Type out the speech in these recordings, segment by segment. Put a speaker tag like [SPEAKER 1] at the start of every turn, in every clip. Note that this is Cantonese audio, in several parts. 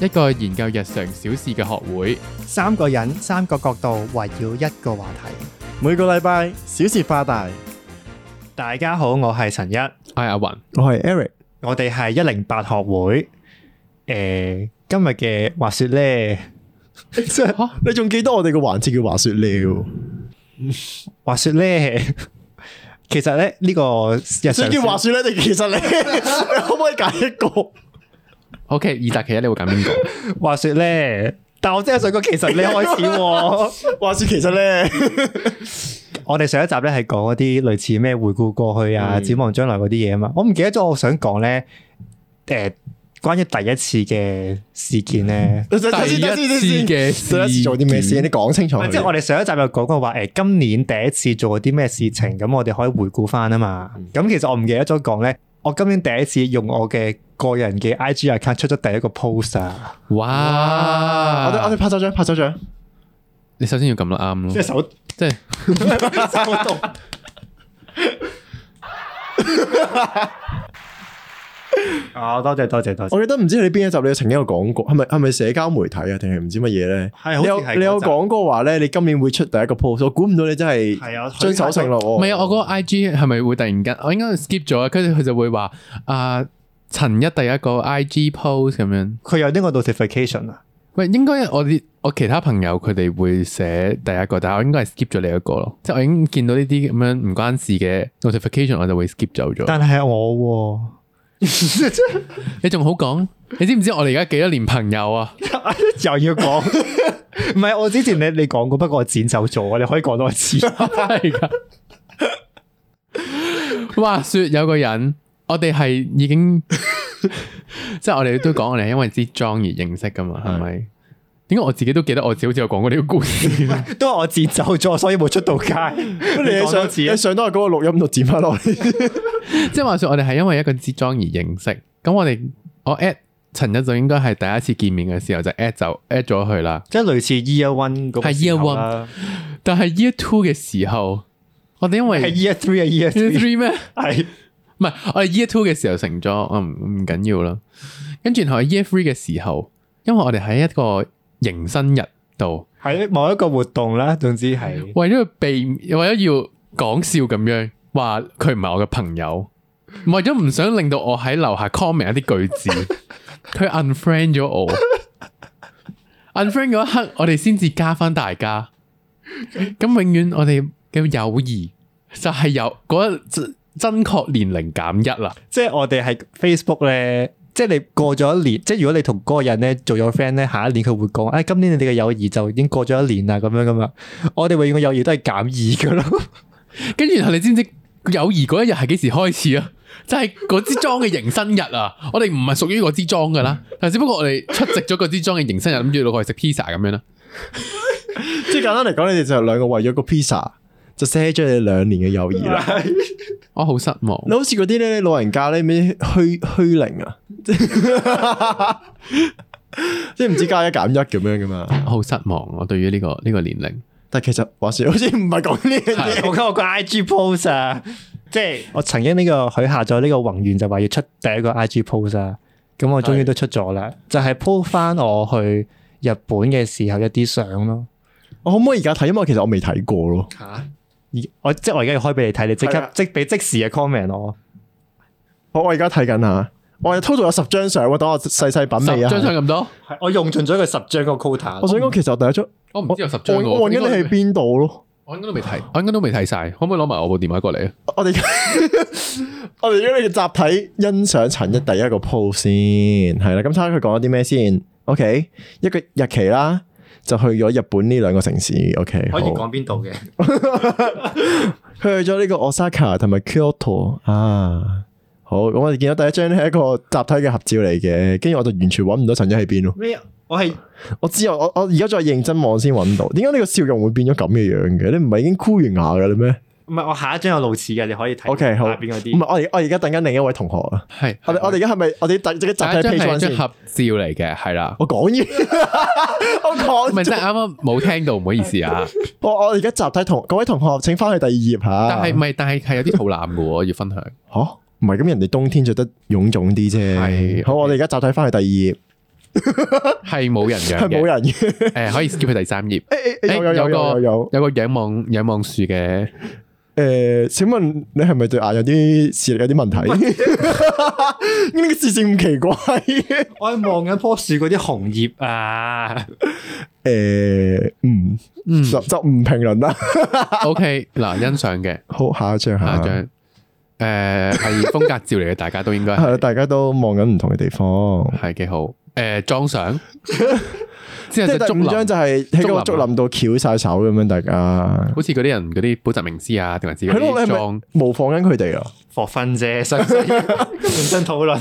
[SPEAKER 1] 一個研究日常小事嘅學會，
[SPEAKER 2] 三個人三個角度圍繞一個話題。
[SPEAKER 3] 每個禮拜小事化大，
[SPEAKER 2] 大家好，我係陳一，
[SPEAKER 1] 我哎係阿雲。
[SPEAKER 3] 我係 Eric。
[SPEAKER 2] 我哋係一零八學會。誒、今日嘅話說咧，
[SPEAKER 3] 即係你仲記得我哋個環節叫話說了，
[SPEAKER 2] 話說咧， 其實咧呢、個日
[SPEAKER 3] 所
[SPEAKER 2] 常
[SPEAKER 3] 以叫話說咧，定其 實你你 可唔可以揀一個？
[SPEAKER 1] OK，二集其一你會揀邊個？
[SPEAKER 2] 話說咧，但我真係想講，其實你開始 喎。
[SPEAKER 3] 話說其 實咧，
[SPEAKER 2] 我哋上一集咧係講嗰啲類似咩回顧過去啊、
[SPEAKER 1] 嗯
[SPEAKER 2] 展望將來嗰啲嘢啊嘛。我唔記得咗，我想講咧，誒、關於第一次嘅事件咧。
[SPEAKER 3] 等陣先等陣先等陣先
[SPEAKER 1] 第一次嘅
[SPEAKER 3] 第一次做啲咩
[SPEAKER 1] 事
[SPEAKER 3] 先？你講清楚
[SPEAKER 2] 唔
[SPEAKER 3] 佢。
[SPEAKER 2] 係啊即係我哋上一集有講過話，誒、今年第一次做過啲咩事情，咁我哋可以回顧翻啊嘛。
[SPEAKER 3] 嗯
[SPEAKER 2] 咁、其實我唔記得咗講咧，我今年第一次用我嘅個人嘅 IG account 出咗第一個 post 啊，
[SPEAKER 1] 哇！
[SPEAKER 3] 我哋我
[SPEAKER 1] 啊
[SPEAKER 3] 哋拍手掌，拍手掌，
[SPEAKER 1] 你首先要撳得啱
[SPEAKER 3] 即
[SPEAKER 1] 咯，
[SPEAKER 3] 係手
[SPEAKER 1] 即係
[SPEAKER 3] 手動。
[SPEAKER 2] 啊多謝多謝多謝，
[SPEAKER 3] 我記得唔知你邊一集你曾經有講過，係咪係咪社交媒體啊，定係唔知乜嘢咧？
[SPEAKER 2] 係好似
[SPEAKER 3] 你有
[SPEAKER 2] 係嗰集
[SPEAKER 3] 你有講過話咧，你今年會出第一個 post，我估唔到你真係
[SPEAKER 2] 係啊
[SPEAKER 3] 遵守承諾喎。
[SPEAKER 1] 唔係啊？我嗰個 I G 係咪會突然間我應該 skip 咗啊？跟住佢就會話啊陳一第一個 I G post 咁樣。
[SPEAKER 2] 佢有呢個 notification 啊，
[SPEAKER 1] 喂，應該我啲我其他朋友佢哋會寫第一個，但係我應該係 skip 咗你一個咯。即係我已經見到呢啲咁樣唔關事嘅 notification，我就會 skip 走咗。
[SPEAKER 2] 但係我喎、
[SPEAKER 1] 你仲好講？你知唔知我哋而家幾多年朋友啊？
[SPEAKER 2] 又要講，唔係我之前你你講過，不過我剪走咗，你可以講多一 次。
[SPEAKER 1] 係噶。話說有個人，我哋係已 經，即係我哋都講，我哋係因為支裝而認識噶嘛，係咪？點解我自己都記得我自己好似有講過呢個故事？
[SPEAKER 2] 都係我剪走咗，所以冇出到街。
[SPEAKER 3] 你
[SPEAKER 2] 你
[SPEAKER 3] 喺上
[SPEAKER 2] 次啊
[SPEAKER 3] 你上到去嗰個錄音度剪翻落嚟。
[SPEAKER 1] 即係話說，我哋係因為一個支裝而認識。咁我哋我 at 陳一就應該係第一次見面嘅時候就 at 就 at 咗佢啦。
[SPEAKER 2] 即係類似 Year One 嗰個
[SPEAKER 1] 係
[SPEAKER 2] 時
[SPEAKER 1] Year
[SPEAKER 2] 候啦，
[SPEAKER 1] 但係 year two 嘅時候，我哋因
[SPEAKER 2] 係
[SPEAKER 1] 為
[SPEAKER 2] Year Three 啊
[SPEAKER 1] year
[SPEAKER 2] ，Year Three
[SPEAKER 1] three 咩？
[SPEAKER 2] 係。
[SPEAKER 1] 唔係，我哋 year two 嘅時候成咗，我唔唔緊要啦。跟住然後喺 year three 嘅時候，因為我哋喺一個迎新日度，
[SPEAKER 2] 喺某一個活動啦，總之係
[SPEAKER 1] 為咗避，為咗要講笑咁樣話佢唔係我嘅朋友，為咗唔想令到我喺樓下 comment 一啲句子，佢 unfriend 咗我。unfriend 嗰一刻，我哋先至加翻大家。咁永遠我哋嘅友誼就係由嗰一真真確年齡減一啦。
[SPEAKER 2] 即係我哋係 Facebook 咧，即係你過咗一年，即係如果你同嗰個人咧做咗 friend 咧，下一年佢會講，誒、哎今年你哋嘅友誼就已經過咗一年啦，咁樣噶嘛。我哋永遠嘅友誼都係減二噶咯。
[SPEAKER 1] 跟住然後你知唔知友誼嗰一日係幾時開始啊？就係嗰支裝嘅迎新日啊！ 我哋唔係屬於嗰支裝噶啦，但只不過我哋出席咗嗰支裝嘅迎新日，諗住攞去食 pizza 咁樣啦。
[SPEAKER 3] 即係簡單嚟講，你哋就兩個為咗個 pizza 就 s 咗你兩年嘅友誼啦。
[SPEAKER 1] 我好失望，
[SPEAKER 3] 你好似嗰啲咧老人家咧咩虛虛靈啊， 即係唔知加一減一咁樣噶嘛。
[SPEAKER 1] 好失望，我對於呢、個呢、個年齡，
[SPEAKER 3] 但係其實話說好似唔係講呢樣 嘢。
[SPEAKER 2] 我覺得我個 IG post 啊，即係我曾經呢、個佢下載呢個宏願就話要出第一個 IG post 啊，咁我終於都出咗啦，就係 po 翻我去日本嘅時候一啲相咯。
[SPEAKER 3] 我可唔可以而家睇？因為其實我未睇過咯。
[SPEAKER 2] 而我即係我而家要開俾你睇，你即
[SPEAKER 3] 係
[SPEAKER 2] 刻
[SPEAKER 3] 啊
[SPEAKER 2] 即俾即時嘅 comment 我。
[SPEAKER 3] 好，我而家睇緊下，我係 total 有十張相喎，等我細細品味
[SPEAKER 1] 十
[SPEAKER 3] 啊。
[SPEAKER 1] 張相咁多，
[SPEAKER 2] 我用盡咗佢十張個 quota
[SPEAKER 3] 我想講，其實我第一張，
[SPEAKER 1] 我唔知有十張喎
[SPEAKER 3] 我我揾緊你
[SPEAKER 1] 應
[SPEAKER 3] 喺
[SPEAKER 1] 該
[SPEAKER 3] 邊度咯。
[SPEAKER 1] 我應該都未睇，我應該都未睇晒，可唔可以攞埋我部電話過嚟啊？
[SPEAKER 3] 我哋 我哋而家嚟集體欣賞陳一第一個 post 先，係啦。咁睇下佢講咗啲咩先。OK，一個日期啦，就去咗日本呢兩個城市。OK，好
[SPEAKER 2] 邊度嘅？
[SPEAKER 3] 佢去咗呢個 Osaka 同埋 Kyoto 啊。好，咁我哋見到第一張咧係一個集體嘅合照嚟嘅，跟住我就完全揾唔到陳一喺邊咯。
[SPEAKER 2] 咩？我係
[SPEAKER 3] 我之後我我而家再認真望先揾到，點解呢個笑容會變咗咁嘅樣嘅？你唔係已經箍完牙嘅啦咩
[SPEAKER 2] 唔係我下一張有路似嘅，你可以睇
[SPEAKER 3] OK，好
[SPEAKER 2] 下邊嗰
[SPEAKER 3] 唔
[SPEAKER 2] 啲。
[SPEAKER 3] 係我而我而家等緊另一位同學啊！
[SPEAKER 1] 係
[SPEAKER 3] 我哋我哋而家係咪我哋突即刻集
[SPEAKER 1] 第一張
[SPEAKER 3] 體 P
[SPEAKER 1] 係一張
[SPEAKER 3] 翻先？
[SPEAKER 1] 合照嚟嘅，係啦，
[SPEAKER 3] 我講嘢， 我
[SPEAKER 1] 唔係
[SPEAKER 3] 講
[SPEAKER 1] 即係啱啱冇聽到，唔好意思 啊。
[SPEAKER 3] 我我而家集體同各位同學請翻去第二頁嚇。
[SPEAKER 1] 但係唔係，但係係有啲肚腩嘅喎，要分享。
[SPEAKER 3] 嚇唔係咁人哋冬天着得臃腫啲啫。
[SPEAKER 1] 係
[SPEAKER 3] 好，我哋而家集體翻去第
[SPEAKER 1] 係冇人
[SPEAKER 3] 二頁，
[SPEAKER 1] 養
[SPEAKER 3] 係冇
[SPEAKER 1] 嘅。
[SPEAKER 3] 人嘅。
[SPEAKER 1] 誒， 可以 skip 去第三頁。
[SPEAKER 3] 誒誒
[SPEAKER 1] 誒
[SPEAKER 3] 有有有有有有。
[SPEAKER 1] 有個仰望仰望樹嘅，
[SPEAKER 3] 誒，請問你係咪對啊眼有啲視力有啲 問題？ 呢個視線咁奇怪 嘅。
[SPEAKER 2] 我係望緊棵樹嗰啲紅葉啊，
[SPEAKER 3] 誒，嗯，
[SPEAKER 1] 嗯
[SPEAKER 3] 就就唔評論啦。
[SPEAKER 1] ，OK，嗱，欣賞嘅，
[SPEAKER 3] 好，下一張
[SPEAKER 1] 下
[SPEAKER 3] 下
[SPEAKER 1] 一
[SPEAKER 3] 一張。
[SPEAKER 1] 張，誒，係風格照嚟嘅，大家都應該
[SPEAKER 3] 係啦，
[SPEAKER 1] 係
[SPEAKER 3] 大家都望緊唔同嘅地方。
[SPEAKER 1] 係幾好，誒，裝 相，之
[SPEAKER 3] 即
[SPEAKER 1] 後就
[SPEAKER 3] 係第
[SPEAKER 1] 竹
[SPEAKER 3] 五
[SPEAKER 1] 林，
[SPEAKER 3] 張就
[SPEAKER 1] 好
[SPEAKER 3] 係喺個
[SPEAKER 1] 竹
[SPEAKER 3] 竹
[SPEAKER 1] 林啊
[SPEAKER 3] 林度翹晒手咁樣，大家
[SPEAKER 1] 似嗰啲人嗰啲補習名師啊，定還是嗰
[SPEAKER 3] 係咯，
[SPEAKER 1] 啲裝
[SPEAKER 3] 你係咪，模仿緊佢哋啊？
[SPEAKER 2] 霍分啫，使唔使 認真討論？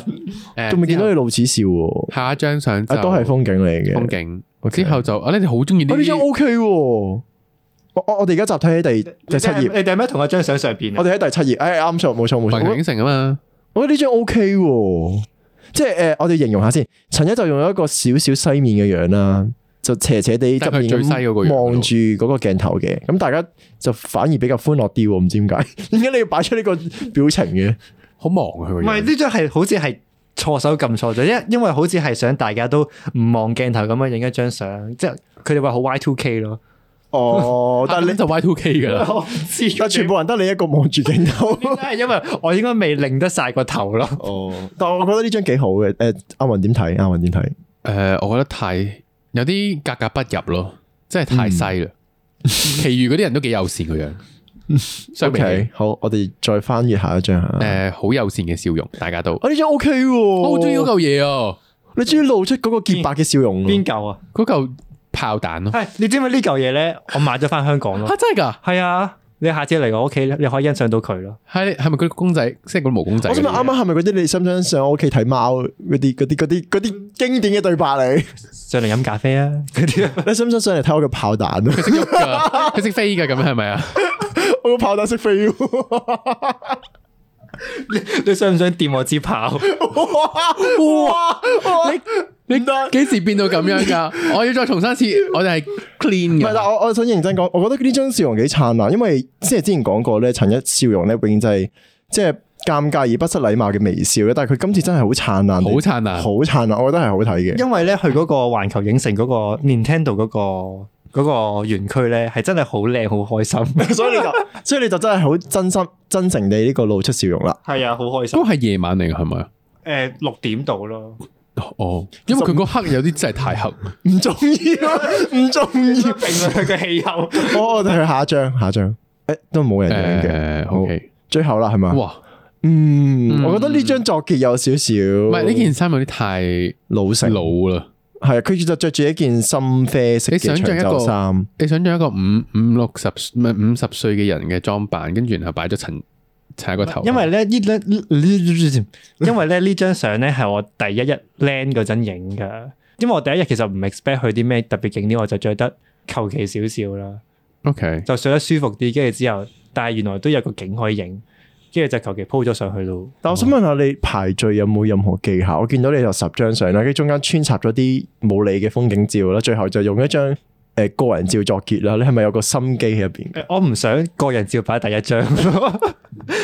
[SPEAKER 1] 誒
[SPEAKER 3] 仲未見到
[SPEAKER 1] 之
[SPEAKER 3] 你
[SPEAKER 1] 後
[SPEAKER 3] 露齒笑喎，
[SPEAKER 1] 下一張相就
[SPEAKER 3] 啊，都係風景嚟嘅。
[SPEAKER 1] 風景，之後就啊，你哋好中意呢
[SPEAKER 3] 啊，呢張
[SPEAKER 1] 啲，
[SPEAKER 3] OK 喎。我我我哋而家集體喺第第七頁，
[SPEAKER 2] 你哋係咪同一張相上邊
[SPEAKER 3] 我
[SPEAKER 2] 啊？
[SPEAKER 3] 哋喺第七頁。哎，啱錯，冇錯冇
[SPEAKER 1] 環球影
[SPEAKER 3] 錯。
[SPEAKER 1] 城啊嘛，
[SPEAKER 3] 我覺得呢張 OK 喎，即係誒，我哋形容下先。陳一就用咗一個少少西面嘅樣啦，就斜斜地側面
[SPEAKER 1] 即係佢最西嗰個樣
[SPEAKER 3] 咁
[SPEAKER 1] 嗰度
[SPEAKER 3] 望住嗰個鏡頭嘅。咁大家就反而比較歡樂啲喎，唔知點解？ 點解你要擺出呢個表情嘅？
[SPEAKER 1] 好忙啊佢個
[SPEAKER 2] 唔係
[SPEAKER 1] 樣，
[SPEAKER 2] 呢張係好似係錯手撳錯咗，因因為好似係想大家都唔望鏡頭咁樣影一張相，即係佢哋話好 Y two K 咯。
[SPEAKER 3] 哦，但係
[SPEAKER 1] 你
[SPEAKER 3] 你
[SPEAKER 1] 就 Y two K 噶啦。
[SPEAKER 2] 我唔知，
[SPEAKER 3] 但全部人得你一個望住鏡頭。
[SPEAKER 2] 點解係因為我應該未擰得晒個頭咯。
[SPEAKER 3] 哦，但我覺得呢張幾好嘅。誒，阿雲點睇？阿雲點睇？
[SPEAKER 1] 诶、呃我覺得太有啲格格不入咯，真係太細啦。
[SPEAKER 3] 嗯
[SPEAKER 1] 其餘嗰啲人都幾友善個樣，相
[SPEAKER 3] O
[SPEAKER 1] 比起
[SPEAKER 3] K，好，我哋再翻閱下一張吓。
[SPEAKER 1] 诶好友善嘅笑容，大家都。哦
[SPEAKER 3] 我呢張 O K 喎，
[SPEAKER 1] 我好
[SPEAKER 3] 哦我
[SPEAKER 1] 中意嗰嚿嘢啊，
[SPEAKER 3] 你終於露出嗰個潔白嘅笑容
[SPEAKER 2] 邊
[SPEAKER 3] 喎。
[SPEAKER 2] 嚿啊？
[SPEAKER 1] 嗰嚿炮彈咯。
[SPEAKER 2] 係你知唔知呢嚿嘢咧？我買咗翻香港
[SPEAKER 1] 吓、
[SPEAKER 2] 咯。
[SPEAKER 1] 真係㗎？
[SPEAKER 2] 係啊，你下次嚟我屋企，你可以欣賞到佢咯。
[SPEAKER 1] 係係咪嗰啲公仔，即係嗰啲毛公仔
[SPEAKER 3] 我
[SPEAKER 1] 嗰啲
[SPEAKER 3] 想
[SPEAKER 1] 嘢？
[SPEAKER 3] 問啱啱啊係咪嗰啲你想唔想上我屋企睇貓嗰啲嗰啲嗰啲嗰啲經典嘅對白 嚟？
[SPEAKER 2] 上嚟飲咖啡啊！嗰啲啊
[SPEAKER 3] 你想唔想上嚟睇我嘅炮彈啊？
[SPEAKER 1] 佢識喐㗎，佢識飛㗎，咁樣係咪啊？
[SPEAKER 3] 我個炮彈識飛喎！
[SPEAKER 2] 你想唔想掂我支炮？
[SPEAKER 3] 哇哇！你
[SPEAKER 1] 你
[SPEAKER 3] 唔得
[SPEAKER 1] 幾時變到咁樣㗎？我要再重申一次，我哋係 clean
[SPEAKER 3] 唔係，但
[SPEAKER 1] 㗎。
[SPEAKER 3] 我我想認真講，我覺得呢張笑容幾燦爛，因為即係之前講過咧，陳一笑容咧永遠就係即係尷尬而不失禮貌嘅微笑咧，但係佢今次真係好燦爛，
[SPEAKER 1] 好燦爛
[SPEAKER 3] 好燦爛，我覺得係好睇嘅。
[SPEAKER 2] 因為咧，去嗰個環球影城嗰個 Nintendo 嗰、個嗰、個園區咧，係真係好靚，好開心。
[SPEAKER 3] 所以你就，所以你就真係好真心、真誠地呢個露出笑容啦。
[SPEAKER 2] 係啊，好開心
[SPEAKER 1] 都。係夜晚嚟㗎，係咪啊？
[SPEAKER 2] 誒六點到咯，
[SPEAKER 1] 哦，因為佢嗰刻有啲真係太黑。
[SPEAKER 3] 唔重 要，唔重
[SPEAKER 2] 評
[SPEAKER 3] 要。
[SPEAKER 2] 論嘅氣候。
[SPEAKER 3] 我我哋去下一張，下一張。誒，都冇人影嘅。
[SPEAKER 1] 誒呃
[SPEAKER 3] 好
[SPEAKER 1] ，OK，
[SPEAKER 3] 最後啦，係嘛？
[SPEAKER 1] 哇！
[SPEAKER 3] 嗯，
[SPEAKER 1] 嗯
[SPEAKER 3] 我覺得呢張作結有少少，
[SPEAKER 1] 唔
[SPEAKER 3] 唔
[SPEAKER 1] 係呢件衫有啲太
[SPEAKER 3] 老成，
[SPEAKER 1] 老啦。
[SPEAKER 3] 係啊佢就着住一件深啡色
[SPEAKER 1] 你想
[SPEAKER 3] 嘅
[SPEAKER 1] 像
[SPEAKER 3] 長
[SPEAKER 1] 一個
[SPEAKER 3] 袖衫。
[SPEAKER 1] 你想象一個五五六十唔係五十歲嘅人嘅裝扮，跟住然後擺咗層層喺個頭，
[SPEAKER 2] 因為咧呢呢呢，因為咧呢張相咧係我第一日 land 嗰陣影噶，因為我第一日其實唔 expect 去啲咩特別景點，我就着得求其少少啦，
[SPEAKER 1] OK
[SPEAKER 2] 就着得舒服啲，跟住之後，但係原來都有個景可以影，跟住就求其 po 咗上去咯。
[SPEAKER 3] 但我想問下你排序有冇任何技巧？我見到你有十張相啦，跟住中間穿插咗啲冇你嘅風景照啦，最後就用一張誒個人照作結啦。你係咪有個心機喺入 邊？
[SPEAKER 2] 誒我唔想個人照擺第一張，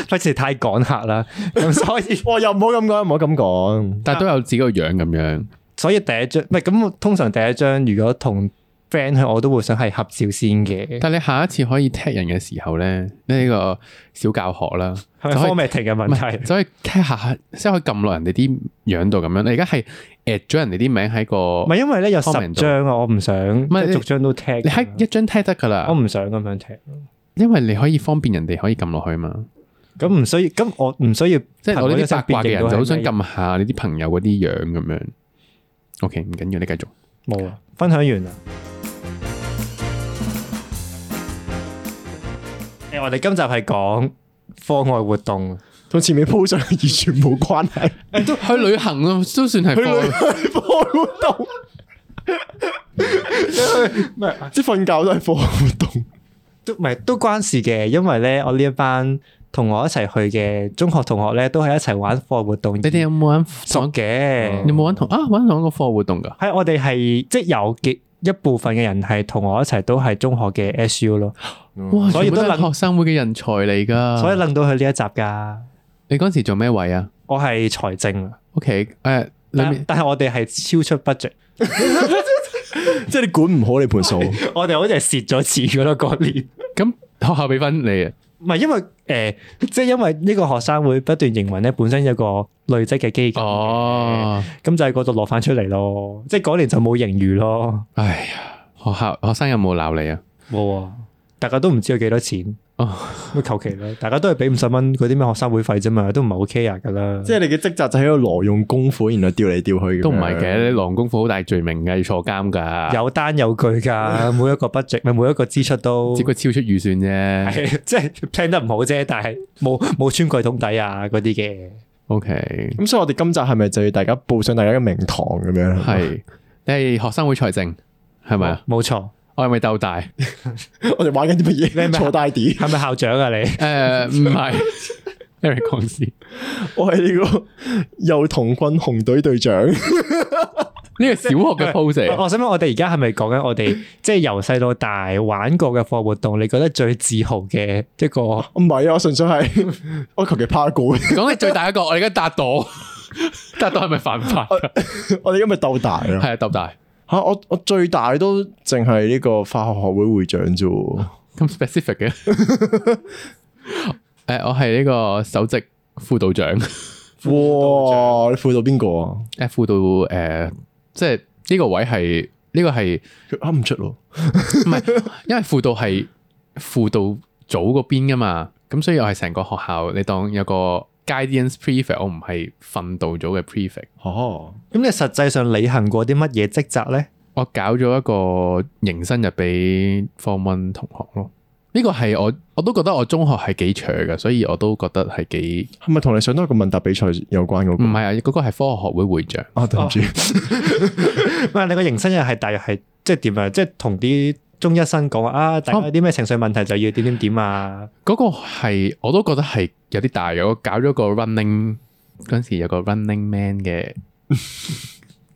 [SPEAKER 2] 費事太趕客啦。咁所以
[SPEAKER 3] 哇！又唔好咁講，唔好咁講。
[SPEAKER 1] 但係都有自己個樣咁樣。
[SPEAKER 2] 所以第一張唔係咁，通常第一張如果同 friend 去，我都會想係合照先嘅。
[SPEAKER 1] 但係你下一次可以踢人嘅時候咧，呢個小教學啦，
[SPEAKER 2] 係咪
[SPEAKER 1] 就可以
[SPEAKER 2] formatting 嘅
[SPEAKER 1] 唔
[SPEAKER 2] 問
[SPEAKER 1] 係
[SPEAKER 2] 題？
[SPEAKER 1] 就可以踢下，即係可以撳落人哋啲樣度咁樣。你而家係 at 咗人哋啲名喺
[SPEAKER 2] 唔
[SPEAKER 1] 個
[SPEAKER 2] 係，因為咧有十
[SPEAKER 1] comment
[SPEAKER 2] 張啊，我唔想
[SPEAKER 1] 係
[SPEAKER 2] 即係
[SPEAKER 1] 你
[SPEAKER 2] 逐張都 tag
[SPEAKER 1] 你喺
[SPEAKER 2] 咁樣。
[SPEAKER 1] 一張踢得㗎
[SPEAKER 2] 我
[SPEAKER 1] 啦，
[SPEAKER 2] 唔想咁樣 tag，
[SPEAKER 1] 因為你可以方便人哋可以撳落去嘛。
[SPEAKER 2] 咁唔需要，咁我唔需要。
[SPEAKER 1] 即係我呢啲八卦嘅人就好想
[SPEAKER 2] 撳
[SPEAKER 1] 撳下你啲朋友嗰啲樣咁樣。OK，唔緊要，你繼續。
[SPEAKER 2] 冇啊！分享完啦。誒，我哋今集係講課外活動，
[SPEAKER 3] 同前面鋪上係完全冇關係。
[SPEAKER 1] 都去旅行咯，都算係
[SPEAKER 3] 去旅
[SPEAKER 1] 課
[SPEAKER 3] 行課外活動， 即係瞓覺都係課外活動。
[SPEAKER 2] 都唔係都關事嘅，因為咧我呢一班同我一齊去嘅中學同學咧，都係一齊玩課外活 動。
[SPEAKER 1] 你哋有冇玩？
[SPEAKER 2] 熟嘅？
[SPEAKER 1] 你有冇玩同啊玩同一個課外活動㗎？
[SPEAKER 2] 係我哋係即係有嘅一部分嘅人係同我一齊都係中學嘅 SU 咯，
[SPEAKER 1] 哇！
[SPEAKER 2] 所以
[SPEAKER 1] 全部
[SPEAKER 2] 都
[SPEAKER 1] 都
[SPEAKER 2] 能
[SPEAKER 1] 係學生會嘅人才嚟㗎。
[SPEAKER 2] 所以楞到佢呢一集㗎。
[SPEAKER 1] 你嗰陣時做咩位啊
[SPEAKER 2] 我係財政啊，
[SPEAKER 1] ？OK，誒，裏
[SPEAKER 2] 但
[SPEAKER 1] 面
[SPEAKER 2] 但係我哋係超出 budget，
[SPEAKER 3] 即係你管唔好你盤數，
[SPEAKER 2] 我哋好似係蝕咗錢嗰咯嗰年。
[SPEAKER 1] 咁學校俾分你啊？
[SPEAKER 2] 唔係因為誒、呃即係因為呢個學生會不斷營運咧，本身有個累積嘅基金，咁、
[SPEAKER 1] 哦，
[SPEAKER 2] 就係嗰度攞翻出嚟咯。即係嗰年就冇盈餘咯，
[SPEAKER 1] 哎呀，學校學生有冇鬧你啊？
[SPEAKER 2] 冇啊！大家都唔知有幾多錢，
[SPEAKER 1] 哦，
[SPEAKER 2] 咪求其啦。大家都係俾五十蚊嗰啲咩學生會費啫嘛，都唔係好 care 噶啦。
[SPEAKER 3] 即係你嘅職責就喺度挪用公款，然後調嚟調去咁樣。
[SPEAKER 1] 都唔係嘅，你狼功夫好大罪名嘅，要坐監㗎，
[SPEAKER 2] 有單有據㗎，每一個 budget 咪每一個支出都
[SPEAKER 1] 只不過超出預算啫。
[SPEAKER 2] 係 即係 plan 得唔好啫，但係冇冇穿櫃桶底啊嗰啲嘅。
[SPEAKER 1] OK，
[SPEAKER 3] 咁所以我哋今集係咪就要大家報上大家嘅名堂咁樣？
[SPEAKER 1] 係你係學生會財政係咪啊？
[SPEAKER 2] 冇錯，
[SPEAKER 1] 我係咪鬥大？
[SPEAKER 3] 我哋玩緊啲乜
[SPEAKER 2] 係
[SPEAKER 3] 嘢？
[SPEAKER 2] 咪
[SPEAKER 3] 坐大啲，
[SPEAKER 2] 係咪校長啊你？
[SPEAKER 1] 誒，呃唔係，Eric 講先。
[SPEAKER 3] 我係呢個 幼童軍紅隊隊長。
[SPEAKER 1] 呢個小學嘅 pose 嚟嘅
[SPEAKER 2] 我我想問，我哋而家係咪講緊我哋即係由細到大玩過嘅課活動？你覺得最自豪嘅一個？
[SPEAKER 3] 唔係啊，我純粹係 我求其拍一個。
[SPEAKER 1] 講你最大一個，我哋而家達到，達到係咪犯法㗎？
[SPEAKER 3] 我哋今日鬥大啊！
[SPEAKER 1] 係啊，鬥大
[SPEAKER 3] 吓我我最大都淨係呢個化學學會會長 啫喎。
[SPEAKER 1] 咁 specific 嘅。誒，我係呢個首席輔導長，
[SPEAKER 3] 哇！你輔導邊個啊？
[SPEAKER 1] 誒輔導誒，即係呢個位係呢個係
[SPEAKER 3] 佢噏唔出咯。
[SPEAKER 1] 唔係，因為輔導係輔導組嗰邊噶嘛，咁所以我係成個學校，你當有個 guidance prefect，我唔係訓導組嘅 prefect。
[SPEAKER 3] 哦，
[SPEAKER 2] 咁你實際上履行過啲乜嘢職責咧？
[SPEAKER 1] 我搞咗一個迎新日俾 Form One 同學咯。呢個係我我都覺得我中學係幾扯嘅，所以我都覺得係幾
[SPEAKER 3] 係咪同你上多一個問答比賽有關嗰
[SPEAKER 1] 唔
[SPEAKER 3] 個？
[SPEAKER 1] 係哦啊，嗰、個係科學學會會長。
[SPEAKER 3] 啊，對唔住，
[SPEAKER 2] 唔啊係你個迎新日係大約係即係點啊？即係同啲中一生講話啊，大家有啲咩情緒問題就要點點點啊！
[SPEAKER 1] 嗰個係我都覺得係有啲大嘅，我搞咗個 running 嗰陣時有個 running man 嘅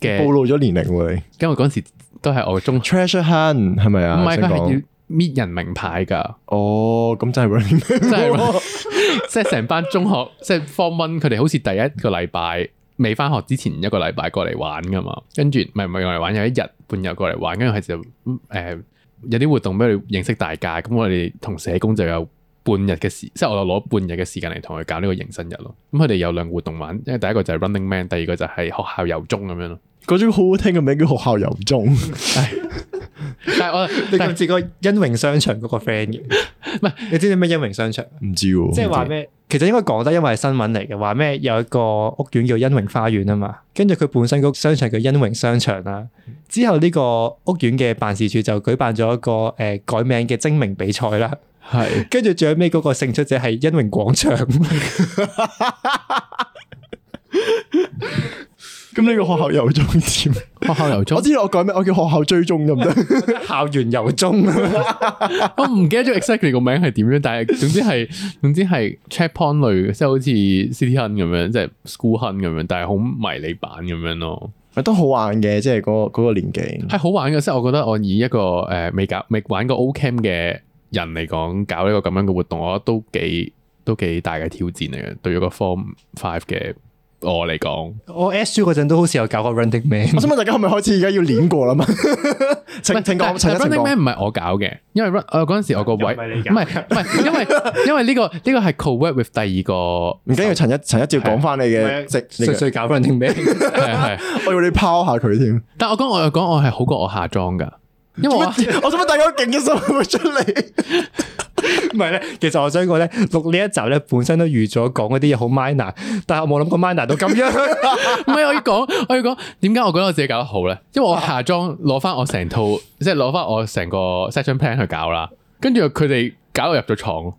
[SPEAKER 1] 嘅
[SPEAKER 3] 暴，露咗年齡喎你。
[SPEAKER 1] 因為嗰陣時都係我中
[SPEAKER 3] Treasure Hunt 係咪
[SPEAKER 1] 唔係
[SPEAKER 3] 啊？
[SPEAKER 1] 佢
[SPEAKER 3] 想
[SPEAKER 1] 係
[SPEAKER 3] 講
[SPEAKER 1] 要搣人名牌㗎，
[SPEAKER 3] 哦，咁真係 running
[SPEAKER 1] 即係即係成班中學即係 form one，佢哋好似第一個禮拜未翻學之前一個禮拜過嚟玩㗎嘛，跟住唔係唔係過嚟玩，有一日半日過嚟玩，跟住佢就誒、嗯呃有啲活動俾佢認識大家，咁我哋同社工就有。半日嘅時，即係我攞半日嘅時間嚟同佢搞呢個迎新日咯。咁佢哋有兩個活動玩，因為第一個就係 Running Man，第二個就係學校遊鐘咁樣咯。
[SPEAKER 3] 嗰種好好聽嘅名叫學校遊中，
[SPEAKER 1] 但係我
[SPEAKER 2] 你
[SPEAKER 1] 但
[SPEAKER 2] 咁
[SPEAKER 1] 係
[SPEAKER 2] 似個恩榮商場嗰個 friend 嘅，唔
[SPEAKER 1] 係
[SPEAKER 2] 你知唔知咩恩榮商場？
[SPEAKER 3] 唔知喎。
[SPEAKER 2] 即係話咩？其實應該講得，因為係新聞嚟嘅，話咩有一個屋苑叫恩榮花園啊嘛，跟住佢本身嗰個商場叫恩榮商場啦。之後呢個屋苑嘅辦事處就舉辦咗一個誒、呃改名嘅精明比賽啦，
[SPEAKER 1] 係
[SPEAKER 2] 跟住最後尾嗰個勝出者係恩榮廣 場，
[SPEAKER 3] 咁呢個學校遊中點？
[SPEAKER 1] 學校遊
[SPEAKER 3] 我
[SPEAKER 1] 鐘，
[SPEAKER 3] 知道我改咩，我叫學校追蹤得唔得？
[SPEAKER 2] 校園遊啊中。
[SPEAKER 1] 我唔記得咗 exactly 個名係點樣，但係總之係總之係 checkpoint 類嘅，即係好似 City Hunt 咁樣，即係 School Hunt 咁樣，但係好迷你版咁樣咯，
[SPEAKER 3] 咪都好玩嘅，即係嗰個嗰個年紀。
[SPEAKER 1] 係好玩嘅。即係我覺得我以一個誒、呃未搞未玩過 O Cam 嘅人嚟講，搞呢個咁樣嘅活動，我覺得都幾都幾大嘅挑戰嚟嘅，對於個 Form Five 嘅我嚟講。
[SPEAKER 2] 我 S U 嗰陣都好似有搞過 Running Man，
[SPEAKER 3] 我想問大家係咪開始而家要練過啦嘛？ 請請
[SPEAKER 1] 但
[SPEAKER 3] 講，請
[SPEAKER 1] 但
[SPEAKER 3] 一請
[SPEAKER 1] Running
[SPEAKER 3] 講。
[SPEAKER 1] Man 唔係我搞嘅，因為 Run 我嗰陣時我個位
[SPEAKER 2] 又唔係你
[SPEAKER 1] 唔
[SPEAKER 2] 搞
[SPEAKER 1] 係唔係，因為因為呢、個呢、個係 co-work with 第二個。
[SPEAKER 3] 唔緊要，陳一陳一照講翻你
[SPEAKER 2] 係
[SPEAKER 3] 嘅直，你
[SPEAKER 2] 碎
[SPEAKER 3] 嘅
[SPEAKER 2] 碎搞 Running Man。
[SPEAKER 1] 係係，
[SPEAKER 3] 我要你拋下佢添。
[SPEAKER 1] 但我講我又講我係好過我下裝噶，因為我
[SPEAKER 3] 我想問大家勁嘅心會出嚟？
[SPEAKER 2] 唔係咧，其實我想講咧，錄呢一集咧，本身都預咗講嗰啲嘢好 minor，但係我冇諗過 minor 到咁樣。
[SPEAKER 1] 唔係我要講我要講點解我覺得我自己搞得好咧？因為我下裝攞翻我成套，即係攞翻我成個 session plan 去搞啦，跟住佢哋搞到入咗廠，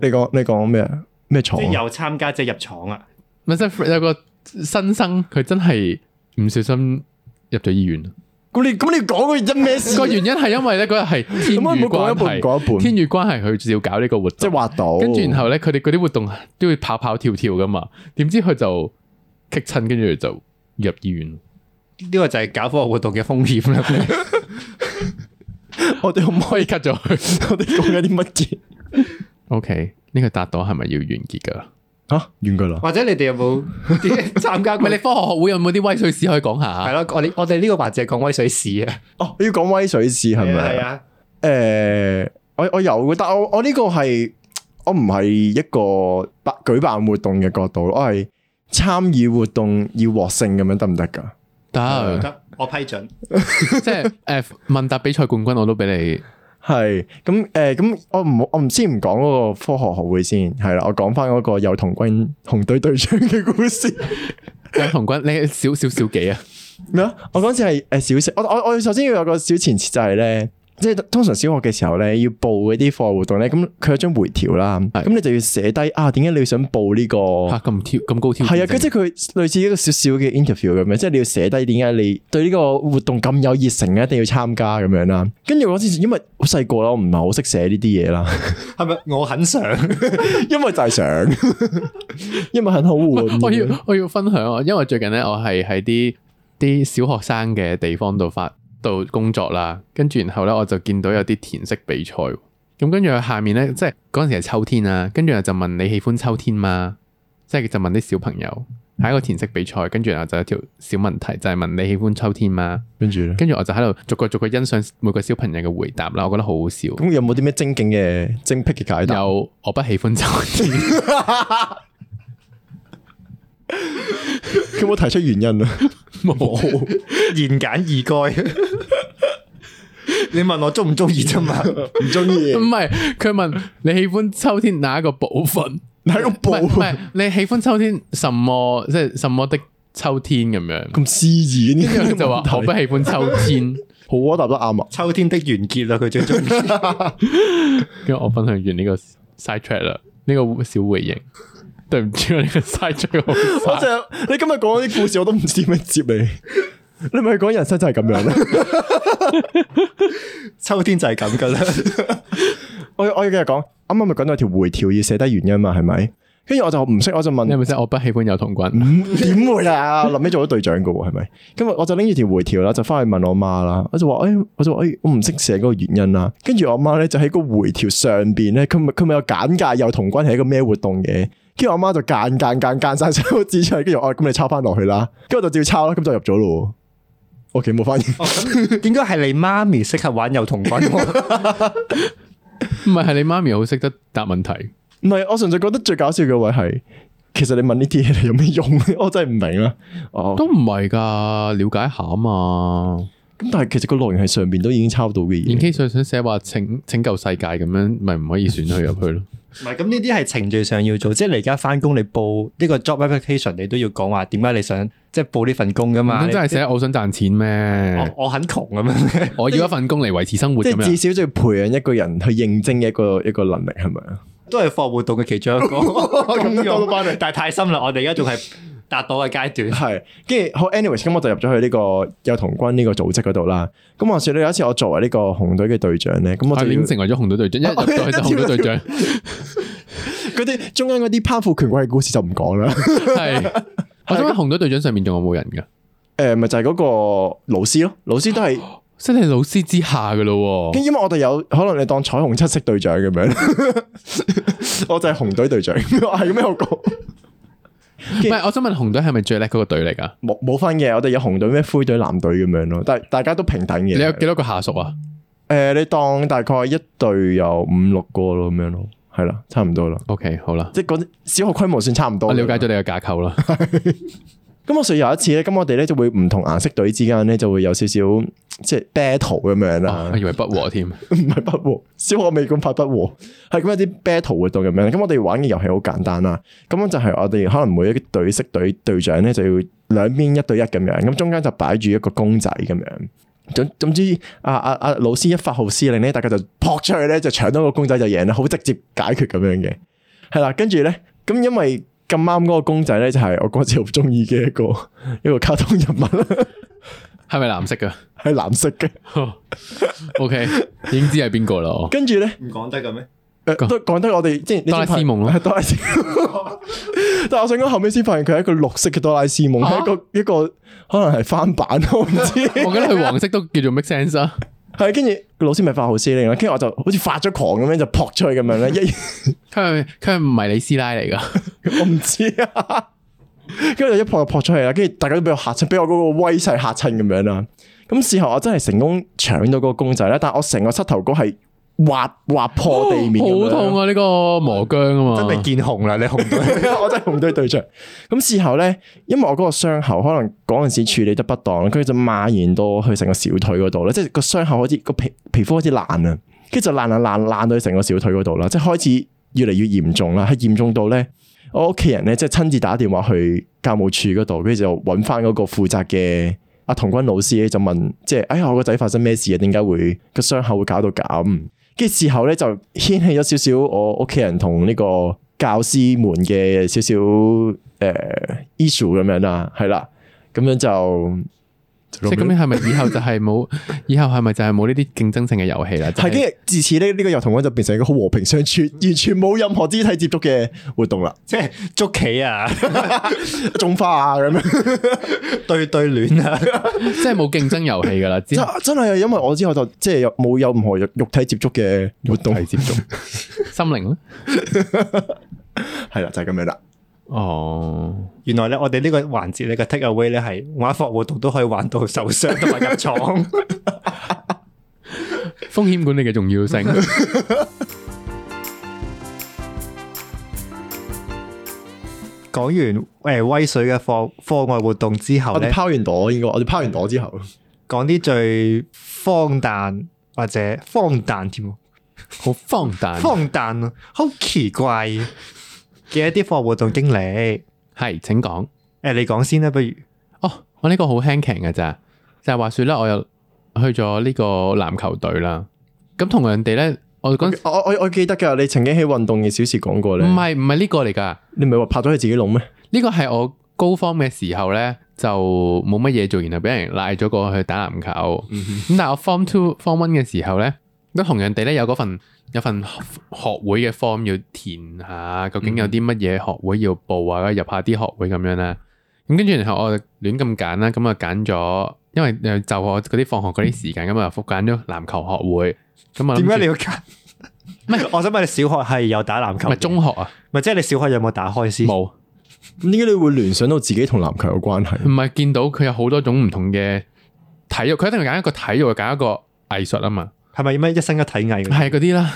[SPEAKER 3] 你講你講咩啊咩廠啊？
[SPEAKER 2] 有參加者入廠啊！
[SPEAKER 1] 咪即係有個新生佢真係唔小心入咗醫院。
[SPEAKER 3] 咁你咁你講個因咩事？
[SPEAKER 1] 個原因係因為咧嗰日係天
[SPEAKER 3] 咁我
[SPEAKER 1] 雨
[SPEAKER 3] 唔好
[SPEAKER 1] 關
[SPEAKER 3] 講一
[SPEAKER 1] 係，
[SPEAKER 3] 半，講一半，
[SPEAKER 1] 天雨關係佢照搞呢個活動，
[SPEAKER 3] 即係哦滑到。
[SPEAKER 1] 跟住 然後咧，佢哋嗰啲活動都要跑跑跳跳噶嘛，點知佢就棘親，跟住就入醫院。
[SPEAKER 2] 呢個就係搞科學活動嘅風險啦。
[SPEAKER 3] 我哋可唔可
[SPEAKER 1] 可
[SPEAKER 3] 以
[SPEAKER 1] 以 cut 咗佢。
[SPEAKER 3] 我哋講緊啲乜嘢？
[SPEAKER 1] OK，呢個達到係咪要完結噶？
[SPEAKER 3] 吓完佢啦，
[SPEAKER 2] 或者你哋有冇啲參加
[SPEAKER 1] 唔係
[SPEAKER 2] 過？
[SPEAKER 1] 你
[SPEAKER 2] 係
[SPEAKER 1] 科學學會有冇啲威水史可以講下？
[SPEAKER 2] 咯，我哋我哋呢個環節係講威水史啊，
[SPEAKER 3] 哦，要講威水史係咪
[SPEAKER 2] 係
[SPEAKER 3] 啊？
[SPEAKER 2] 啊，
[SPEAKER 3] 诶，呃我我有，但我我呢個係我唔係一個辦舉辦活動嘅角度，我係參與活動要獲勝咁樣得唔得㗎？啊
[SPEAKER 1] 得，
[SPEAKER 2] 得我批准。
[SPEAKER 1] 即係诶問答比賽冠軍我都俾你。
[SPEAKER 3] 係咁诶，咁、我唔我唔先唔講嗰個科學學會先，係啦，我講翻嗰個有童軍紅隊隊長嘅故事。
[SPEAKER 1] 有童軍，你少少少幾啊？
[SPEAKER 3] 咩啊？我嗰陣時係誒小息，我我我首先要有個小前設就係咧，即係通常小學嘅時候咧，要報嗰啲課外活動咧，咁佢有張回條啦，
[SPEAKER 1] 係
[SPEAKER 3] 咁你就要寫低啊，點解你要想報呢、個？
[SPEAKER 1] 吓咁挑咁高挑戰性，
[SPEAKER 3] 哦係啊，佢即係佢類似一個少少嘅 interview 咁樣，即係你要寫低點解你對呢個活動咁有熱誠，一定要參加咁樣啦。跟住我之前因為好細個啦，我唔係好識寫呢啲嘢啦，
[SPEAKER 2] 係咪我很想？
[SPEAKER 3] 因為就係想， 因為很好玩咁樣。
[SPEAKER 1] 我要我要分享啊，因為最近咧，我係喺啲啲小學生嘅地方度發度工作啦，跟住然後咧，我就見到有啲填色比賽喎，咁跟住佢下面咧，即係嗰陣時係秋天啊，跟住就問你喜歡秋天嗎？即係就問啲小朋友係一個填色比賽，跟住然後就有條小問題，就係、問你喜歡秋天嗎？
[SPEAKER 3] 跟住咧，
[SPEAKER 1] 跟住我就喺度逐個逐個欣賞每個小朋友嘅回答啦，我覺得好好笑。
[SPEAKER 3] 咁有冇啲咩精警嘅精辟嘅解答？
[SPEAKER 1] 有我不喜歡秋天。
[SPEAKER 3] 佢有冇提出原因啊？
[SPEAKER 1] 冇，
[SPEAKER 2] 言簡意賅。你問我中唔中意啫嘛？
[SPEAKER 3] 唔中意
[SPEAKER 1] 唔係佢問你喜歡秋天哪一個部分？
[SPEAKER 3] 喺個
[SPEAKER 1] 唔係唔
[SPEAKER 3] 布
[SPEAKER 1] 係，你喜歡秋天什麼？即係什麼的秋天咁樣。
[SPEAKER 3] 咁詩意呢
[SPEAKER 1] 跟住
[SPEAKER 3] 啲
[SPEAKER 1] 佢就話
[SPEAKER 3] 問題
[SPEAKER 1] 我不喜歡秋天。
[SPEAKER 3] 好啊，答得啱啊！
[SPEAKER 2] 秋天的完結啦，佢最中意。
[SPEAKER 1] 跟住我分享完呢個 side track 啦，呢個小回應。對唔住，我呢個 side track 好
[SPEAKER 3] 我
[SPEAKER 1] 嘥
[SPEAKER 3] 就你今日講啲故事，我都唔知點樣接你。你咪講人生就係咁樣啦。
[SPEAKER 2] 秋天就係咁 噶啦。
[SPEAKER 3] 我我要繼續講，啱啱咪講到條回條要寫低原因嘛，係咪？跟住我就唔識，我就問
[SPEAKER 1] 你係咪先？我不喜歡有童軍。
[SPEAKER 3] 嗯點會啊？臨尾做咗隊長噶喎，係咪？今日我就拎住條回條啦，就翻去問我媽啦。我就話：，誒、我就話：，誒、我唔識寫嗰個原因啦。跟住我媽咧就喺個回條上邊咧，佢咪佢咪有簡介，又同關係一個咩活動嘅。跟住我媽就間間間間晒所有字出嚟，跟住我話哦咁你抄翻落去啦。跟住我就照抄啦，咁就入咗咯喎。OK，冇反應。
[SPEAKER 2] 應該係你媽咪適合玩幼童軍喎，
[SPEAKER 1] 唔係，係你媽咪好識得答問題。
[SPEAKER 3] 唔係，我純粹覺得最搞笑嘅位係，其實你問呢啲嘢有咩用咧？我真係唔明啦。哦，
[SPEAKER 1] 都唔係㗎，了解下啊嘛。
[SPEAKER 3] 咁但係其實個內容係上邊都已經抄到嘅嘢
[SPEAKER 1] in。case 佢想寫話拯拯救世界咁樣，咪唔可以選佢入去咯。
[SPEAKER 2] 唔係咁呢啲係程序上要做，即係你而家翻工你報呢個 job application，你都要講話點解你想即係報呢份工噶
[SPEAKER 1] 唔
[SPEAKER 2] 嘛？哦
[SPEAKER 1] 通真係哦寫我想賺錢咩？
[SPEAKER 2] 我我很窮咁樣，
[SPEAKER 1] 我要一份工嚟維持生活
[SPEAKER 3] 即
[SPEAKER 1] 咁
[SPEAKER 3] 係
[SPEAKER 1] 樣
[SPEAKER 3] 至。少就要培養一個人去認真嘅一個一個能力係咪啊？
[SPEAKER 2] 都係課活動嘅其中一 個
[SPEAKER 3] 咁都兜到返嚟
[SPEAKER 2] 但係太深啦，我哋而家仲係達到嘅階段。
[SPEAKER 3] 係，跟住好，anyways，咁我就入咗去呢個幼童軍呢個組織嗰度啦。咁話説咧，有一次我作為呢個紅隊嘅隊長咧，咁我
[SPEAKER 1] 我
[SPEAKER 3] 就
[SPEAKER 1] 已
[SPEAKER 3] 要
[SPEAKER 1] 經成為咗紅隊 隊長，一入到去就紅隊隊長，
[SPEAKER 3] 嗰啲中間嗰啲攀附權貴嘅故事就唔 講啦。
[SPEAKER 1] 係。我想問紅隊隊長上面仲有冇人噶？
[SPEAKER 3] 誒，咪就係嗰個老師咯，老師都係，
[SPEAKER 1] 即係你老師之下噶咯
[SPEAKER 3] 跟
[SPEAKER 1] 喎，
[SPEAKER 3] 因為我哋有可能你當彩虹七色隊長咁樣， 我就係紅隊隊長， 我係咁樣講。
[SPEAKER 1] 唔係我想問紅隊係咪最叻嗰個隊嚟噶？
[SPEAKER 3] 冇冇分嘅，我哋有紅隊、咩灰隊、藍隊咁樣咯，但係大家都平等嘅。
[SPEAKER 1] 你有幾多個下屬啊？
[SPEAKER 3] 诶、你當大概一隊有五六個咯，咁樣咯，係啦，差唔多啦。
[SPEAKER 1] ？OK，好啦，
[SPEAKER 3] 即系嗰啲小學規模算差唔多。
[SPEAKER 1] 啊我了解咗。你嘅架構啦。
[SPEAKER 3] 咁我上有一次咧，咁我哋咧就會唔同顏色隊之間咧就會有少少即係 battle 咁 樣啦
[SPEAKER 1] 我，哦以為不和添，
[SPEAKER 3] 唔係不和。小學未咁快不和，係咁有啲 battle 活動咁樣。咁我哋玩嘅遊戲好簡單啦。咁就係我哋可能每一隊色隊隊長咧就要兩邊一對一咁樣，咁中間就擺住一個公仔咁樣。總總之，阿阿阿老師一發號施令咧，大家就撲出去咧，就搶到個公仔就贏啦，好直接解決咁樣嘅。係啦，跟住咧，咁因為咁啱嗰個公仔咧，就係我嗰時好中意嘅一個一個卡通人物啦，
[SPEAKER 1] 係咪藍色噶
[SPEAKER 3] 係藍色嘅。
[SPEAKER 1] ？OK，已經知係邊個啦。我
[SPEAKER 3] 跟住咧，
[SPEAKER 2] 唔講得嘅咩？
[SPEAKER 3] 誒呃都講得我哋即係你知唔知
[SPEAKER 1] 哆啦 A 夢咯
[SPEAKER 3] 係哆啦 A 夢但係我想講後尾先發現佢係一個綠色嘅哆啦 A 夢，
[SPEAKER 1] 啊
[SPEAKER 3] 係一個一個可能係翻版，我唔知。
[SPEAKER 1] 我覺得佢黃色都叫做 make sense 啊。
[SPEAKER 3] 係跟住個老師咪發號施令啦，跟住我就好似發咗狂咁樣就撲出去咁樣 咧，一
[SPEAKER 1] 佢係佢係唔係你師奶嚟噶？
[SPEAKER 3] 我唔知啊。跟住就一撲就撲出去啦，跟住大家都俾我嚇親，俾我嗰個威勢嚇親咁樣啦。咁事後我真係成功搶到嗰個公仔啦，但係我成個膝頭哥係滑滑破地面咁樣
[SPEAKER 1] 好痛啊！呢個磨姜啊
[SPEAKER 2] 真
[SPEAKER 1] 嘛，
[SPEAKER 2] 係見紅啦，你紅到
[SPEAKER 3] 我真係紅對對象。咁事後咧，因為我嗰個傷口可能嗰陣時處理得不當，跟住就蔓延到去成個小腿嗰度咧，即係個傷口好似個皮皮膚好似爛啊，跟住就爛爛爛爛到去成個小腿嗰度啦，即係開始越嚟越嚴重啦，係嚴重到咧，我屋企人咧即係親自打電話去教務處嗰度，跟住就揾翻嗰個負責嘅。阿童軍老師咧就問，即係哎呀，我個仔發生咩事啊？點解會個傷口會搞到咁？跟住事後咧就掀起咗少少我屋企人同呢個教師們嘅少少誒 issue 咁樣啦，係啦，咁樣就
[SPEAKER 1] 即係咁樣係咪以後就係冇？ 以後係咪就係冇呢啲競爭性嘅遊戲啦？就
[SPEAKER 3] 係
[SPEAKER 1] 係
[SPEAKER 3] 跟住自此咧，呢個幼童軍就變成一個好和平相處，
[SPEAKER 1] 嗯
[SPEAKER 3] 完全冇任何肢體接觸嘅活動啦，
[SPEAKER 2] 即係捉棋啊，
[SPEAKER 3] 種花啊咁樣。
[SPEAKER 2] 對對戀啊，
[SPEAKER 1] 即係冇競爭遊戲噶啦，之
[SPEAKER 3] 真
[SPEAKER 1] 後
[SPEAKER 3] 真係因為我之後就即係有冇任何肉肉體接觸嘅活動，
[SPEAKER 1] 係接觸心靈啦。
[SPEAKER 3] 係啦，就係咁樣啦。
[SPEAKER 1] 哦，
[SPEAKER 2] 原來咧我哋呢個環節呢個 take away 咧係玩課外活動都可以玩到受傷同埋入廠。
[SPEAKER 1] 風險管理嘅重要性。
[SPEAKER 2] 講完誒威水嘅課課外活動之後
[SPEAKER 3] 我哋
[SPEAKER 2] 咧，
[SPEAKER 3] 拋完朵應該，我哋拋完朵之後。
[SPEAKER 2] 講啲最荒誕或者荒誕添喎，
[SPEAKER 1] 好荒誕，
[SPEAKER 2] 荒誕啊，好奇怪嘅一啲課外活動經歷。
[SPEAKER 1] 係請講。
[SPEAKER 2] 誒，你講先啦，不如
[SPEAKER 1] 哦，我呢個好輕騎嘅咋，就係、話説咧，我又去咗呢個籃球隊啦。咁同人哋咧，我嗰陣
[SPEAKER 3] 我我我記得㗎，你曾經喺運動嘅小事講過
[SPEAKER 1] 唔
[SPEAKER 3] 咧，
[SPEAKER 1] 係唔係呢個嚟㗎，呢、
[SPEAKER 3] 你唔係話拍咗佢自己籠咩？
[SPEAKER 1] 個係我高方嘅時候咧就冇乜嘢做，然後俾人拉咗過去打籃球。咁、
[SPEAKER 2] 嗯
[SPEAKER 1] 但係我 form two form one 嘅時候咧，都同人哋咧有嗰份有份學學會嘅 form 要填下，究竟
[SPEAKER 2] 嗯
[SPEAKER 1] 有啲乜嘢學會要報啊，入下啲學會咁樣啦。咁跟住然後我就亂咁揀啦，咁啊揀咗，因為誒就我嗰啲放學嗰啲時間咁啊，揀咗籃球學會。咁啊諗住，
[SPEAKER 2] 點解你要揀？唔係， 我想問你小學係有打籃球
[SPEAKER 1] 唔
[SPEAKER 2] 嘅？
[SPEAKER 1] 係中學啊？
[SPEAKER 2] 唔係即係你小學有冇打開先？
[SPEAKER 1] 冇。
[SPEAKER 3] 點解你會聯想到自己同籃球有關係？
[SPEAKER 1] 唔係見到佢有好多種唔同嘅體育，佢一定要揀一個體育，揀一個藝術啊嘛，
[SPEAKER 2] 係咪咩一生一體藝嗰啲？
[SPEAKER 1] 係嗰啲啦。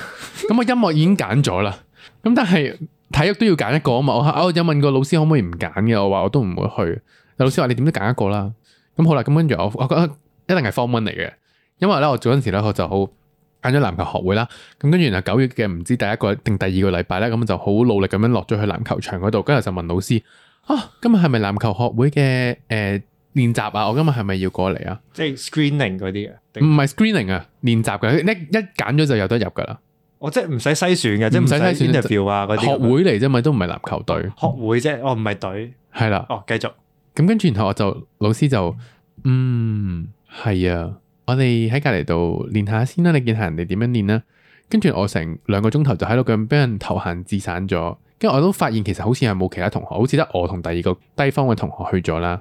[SPEAKER 1] 咁我音樂已經揀咗啦，咁但係體育都要揀一個啊嘛。我我有問過老師可唔可以唔揀嘅，我話我都唔會去。但老師話你點都揀一個啦。咁好啦，咁跟住我我覺得一定係 form one 嚟嘅，因為咧我做嗰陣時咧我就好揀咗籃球學會啦。咁跟住然後九月嘅唔知第一個定第二個禮拜咧，咁就好努力咁樣落咗去籃球場嗰度，跟住就問老師。啊，今日係咪籃球學會嘅誒練習啊？我今日係咪要過嚟啊？
[SPEAKER 2] 即係 screening 嗰啲啊？
[SPEAKER 1] 唔
[SPEAKER 2] 定
[SPEAKER 1] 係 screening 啊，練習嘅，一一揀咗就有得入噶啦。
[SPEAKER 2] 我即係唔使篩選嘅，即係唔
[SPEAKER 1] 唔使篩
[SPEAKER 2] 使
[SPEAKER 1] 選
[SPEAKER 2] interview 啊嗰啲。
[SPEAKER 1] 學會嚟啫嘛，都唔係籃球隊，
[SPEAKER 2] 學會啫，哦唔係隊，
[SPEAKER 1] 係啦。
[SPEAKER 2] 哦繼續。
[SPEAKER 1] 咁跟住然後我就老師就，嗯，係啊，我哋喺隔離度練下先啦，你見下人哋點樣練啦。跟住我成兩個鐘頭就喺度咁俾人投閒置散咗，跟住我都發現其實好似係冇其他同學，好似得我同第二個低方嘅同學去咗啦。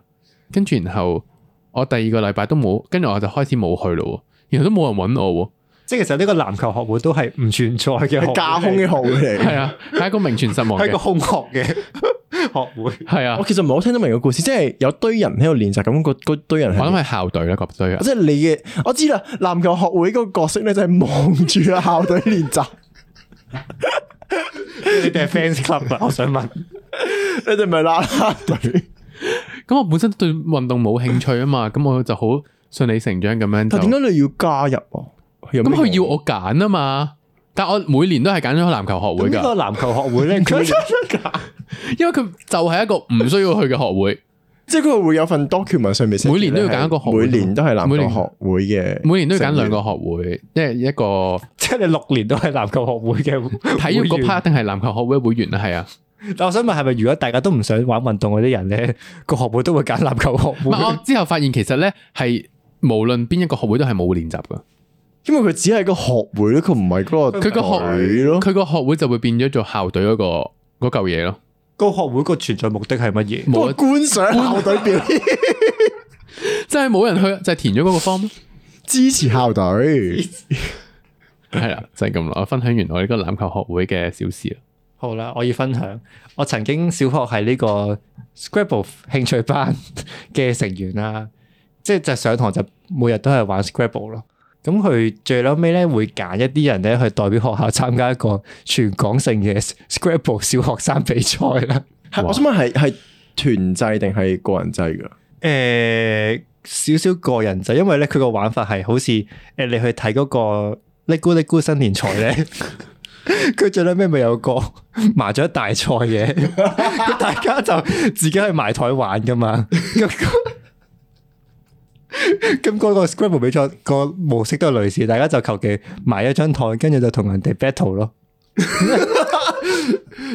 [SPEAKER 1] 跟住然後我第二個禮拜都冇，跟住我就開始冇去咯喎，然後都冇人揾我
[SPEAKER 2] 即係其實呢個籃球學會都係唔存在嘅學會嚟，
[SPEAKER 3] 係架空嘅學會
[SPEAKER 1] 喎，係
[SPEAKER 3] 嚟。
[SPEAKER 1] 啊，係一個名存實亡
[SPEAKER 2] 係一個
[SPEAKER 1] 嘅，
[SPEAKER 2] 空殼嘅 學會。
[SPEAKER 1] 係啊
[SPEAKER 3] 我，其實唔係好聽得明個故事，即係有堆人喺度練習，咁個嗰堆人
[SPEAKER 1] 我諗
[SPEAKER 3] 係。
[SPEAKER 1] 係校隊啦，嗰隊啊，
[SPEAKER 3] 即係你嘅，我知啦。籃球學會嗰個角色咧，就係望住啊校隊 練習，
[SPEAKER 2] 你哋係 fans club 啊？我想問，
[SPEAKER 3] 你哋咪啦啦隊。
[SPEAKER 1] 咁我本身對運動冇興趣啊嘛，咁我就好順理成章咁樣就
[SPEAKER 3] 但。點解你要加入啊？咁
[SPEAKER 1] 咁佢要我揀啊嘛，但我每年都係揀咗籃球學會
[SPEAKER 2] 咁
[SPEAKER 1] 噶，
[SPEAKER 2] 呢個籃球學會咧，佢
[SPEAKER 1] 因為佢就係一個唔需要去嘅學會，
[SPEAKER 3] 即係佢會有份 document 上面寫住
[SPEAKER 1] 每年都要揀一個學會
[SPEAKER 3] 每年都係籃
[SPEAKER 1] 每
[SPEAKER 3] 球
[SPEAKER 1] 年
[SPEAKER 3] 學會嘅，
[SPEAKER 1] 每年都要揀兩個學會，即係一個
[SPEAKER 2] 即係你六年都係籃球學會嘅
[SPEAKER 1] 體育嗰 part 一定係籃球學會會員啊，係啊，
[SPEAKER 2] 但我想問係咪如果大家都唔想玩運動嗰啲人咧，個學會都會揀籃球學
[SPEAKER 1] 唔係
[SPEAKER 2] 會？
[SPEAKER 1] 我之後發現其實咧係無論邊一個學會都係冇練習噶，
[SPEAKER 3] 因為佢只係個學會咯，佢唔係嗰個
[SPEAKER 1] 佢個
[SPEAKER 3] 隊
[SPEAKER 1] 學
[SPEAKER 3] 咯。
[SPEAKER 1] 佢個學會就會變咗做校隊嗰個嗰嚿嘢咯，
[SPEAKER 2] 個學會個存在目的係乜嘢？
[SPEAKER 3] 都係
[SPEAKER 1] 冇
[SPEAKER 3] 觀賞校隊表演，
[SPEAKER 1] 真係冇人去就係填咗嗰個 form，
[SPEAKER 3] 支持校隊。
[SPEAKER 1] 系啦，就係咁啦。我分享完我呢個籃球學會嘅小事啦。
[SPEAKER 2] 好啦，我要分享，我曾經小學係呢個 Scrabble 興趣班 嘅成員啦，即係就上堂就每日都係玩 Scrabble 咯。咁佢最嬲尾咧會揀一啲人咧去代表學校參加一個全港性嘅 Scrabble 小學生比賽啦。
[SPEAKER 3] 係我想問係係團制定係個人制噶？
[SPEAKER 2] 誒、呃少少個人就因為咧佢個玩法係好似誒、呃你去睇嗰個叻咕叻咕新年賽咧， 佢最撚尾咪有個 麻雀大賽嘅， 咁大家就自己去埋台玩噶嘛，咁咁嗰個 Scrabble 比賽個模式都係類似，大家就求其埋一張台，跟住就同人哋 battle 咯。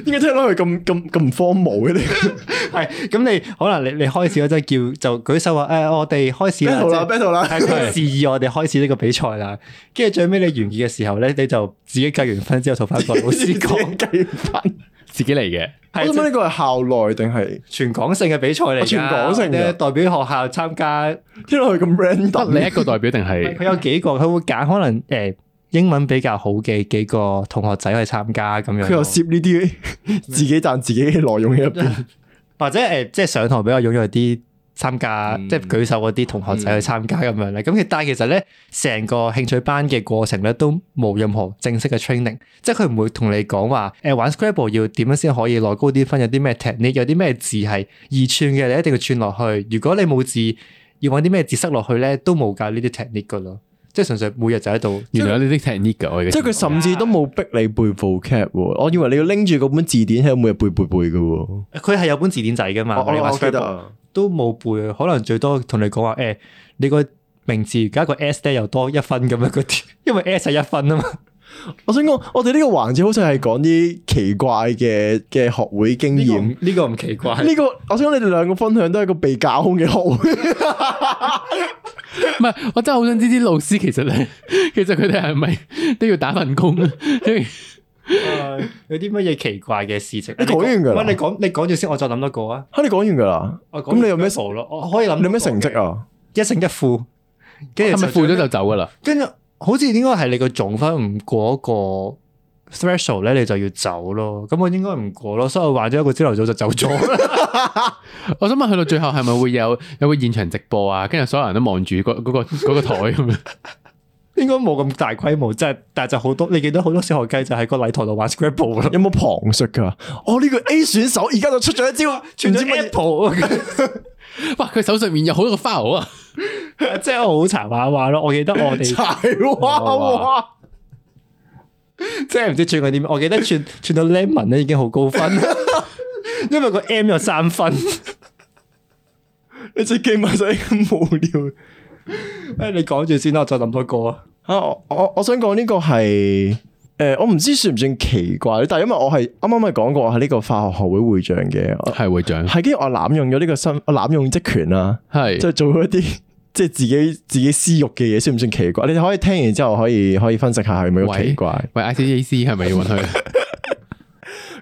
[SPEAKER 3] 點解聽落去咁咁咁荒謬嘅咧？
[SPEAKER 2] 系，咁你可能你你開始嗰陣叫就舉手話诶、誒我哋開始啦
[SPEAKER 3] Battle 啦
[SPEAKER 2] 即係
[SPEAKER 3] battle 啦
[SPEAKER 2] 係佢示意我哋開始呢個比賽啦。跟住最尾你完結嘅時候咧，你就自己計完分之後同翻個老 師講，
[SPEAKER 3] 計分。
[SPEAKER 1] 自己嚟嘅，
[SPEAKER 3] 我
[SPEAKER 2] 係
[SPEAKER 3] 想
[SPEAKER 2] 即
[SPEAKER 3] 問
[SPEAKER 2] 係
[SPEAKER 3] 呢個係校內定係
[SPEAKER 2] 全港性嘅比賽嚟㗎，
[SPEAKER 3] 全港性㗎
[SPEAKER 2] 你代表學校參加，
[SPEAKER 3] 聽落去咁 random？
[SPEAKER 1] 得你一個代表定係
[SPEAKER 2] 佢有幾個，佢會揀可能诶、誒英文比較好嘅幾個同學仔去參加咁樣咯。
[SPEAKER 3] 佢又攝呢 啲自己賺自己嘅內容喺入邊，
[SPEAKER 2] 或者誒、呃即係上堂比較踴躍啲參加，
[SPEAKER 1] 嗯
[SPEAKER 2] 即係舉手嗰啲同學仔去參加咁樣咧。咁其但係其實咧，成個興趣班嘅過程咧都冇任何正式嘅 training，即係佢唔會同你講話誒玩 Scrabble 要點樣先可以攞高啲分，有啲咩 technique，有啲咩字係二串嘅，你一定要串落去。如果你冇字，要揾啲咩字塞落去咧，都冇教呢啲 technique 噶咯。即係純粹每日就喺度。
[SPEAKER 1] 原來有呢啲 technique 噶？我而
[SPEAKER 3] 即
[SPEAKER 1] 家
[SPEAKER 3] 係佢甚至都冇逼你背 vocab 喎。我以為你要拎住嗰本字典喺度每日背背背嘅喎。
[SPEAKER 2] 佢係有本字典仔㗎嘛？你玩 Scrabble
[SPEAKER 3] 啊。
[SPEAKER 2] 都冇背，可能最多同你講話誒，你個名字而家個 S 咧又多一分咁樣嗰啲， 因為 S 係一分啊嘛。
[SPEAKER 3] 我想講，我哋呢個環節好似係講啲奇怪嘅嘅學會經
[SPEAKER 2] 呢個
[SPEAKER 3] 驗。
[SPEAKER 2] 唔呢個唔奇怪，
[SPEAKER 3] 呢個我想講你哋兩個分享都係一個被架空嘅學會。
[SPEAKER 1] 唔係，我真係好想知啲老師其實咧， 其實佢哋係咪 都要打份工啊？即係
[SPEAKER 2] 誒有啲乜嘢奇怪嘅事情？
[SPEAKER 3] 你講完㗎啦
[SPEAKER 2] 喂你講你講住先，我再諗多個啊。
[SPEAKER 3] 嚇你講完㗎啦，
[SPEAKER 2] 我講
[SPEAKER 3] 咁你有咩
[SPEAKER 2] 傻咯？我可以諗
[SPEAKER 3] 你有咩成績啊？
[SPEAKER 2] 一勝一負，跟
[SPEAKER 1] 係
[SPEAKER 2] 住
[SPEAKER 1] 咪
[SPEAKER 2] 就
[SPEAKER 1] 負咗就走噶啦？
[SPEAKER 2] 跟住好似應該係你個總分唔過嗰個 threshold 咧，你就要走咯。咁我應該唔過咯，所以我玩咗一個朝頭早就走咗。
[SPEAKER 1] 我想問去到最後係咪會有有個現場直播啊？跟住所有人都望住嗰嗰個嗰個台咁樣。
[SPEAKER 2] 應該冇咁大規模，即係但係就好多，你見到好多小學雞就喺個禮堂度玩 Scrabble 咯，
[SPEAKER 3] 有冇旁述㗎？我呢個 A 選手而家就出咗一招，啊
[SPEAKER 2] 全
[SPEAKER 3] 唔知
[SPEAKER 2] 咗
[SPEAKER 3] 乜嘢
[SPEAKER 2] Apple，
[SPEAKER 1] 哇！佢手上面有好多個 file 啊！
[SPEAKER 2] 即係我好柴畫畫咯。我記得 我哋
[SPEAKER 3] 柴娃娃。
[SPEAKER 2] 即係唔知串過啲咩，我記得串串到 Lemon 咧已經好高分， 因為個 M 有三 分。
[SPEAKER 3] 你只記埋晒咁無聊
[SPEAKER 2] 誒，哎你講住先啦，我再諗多個啊。
[SPEAKER 3] 啊！我我我想講呢個係诶、呃我唔知算唔算奇怪，但係因為我係啱啱咪講過我係呢個化學學會會長嘅，我
[SPEAKER 1] 係會長，
[SPEAKER 3] 係跟住我濫用咗呢個身，我濫用職權啊啦，
[SPEAKER 1] 係
[SPEAKER 3] 即係做咗一啲 即係自己自己私欲嘅嘢，算唔算奇怪？你哋可以聽完之後可以可以分析下係咪好奇怪。
[SPEAKER 1] 喂 ICAC 係咪要揾 佢？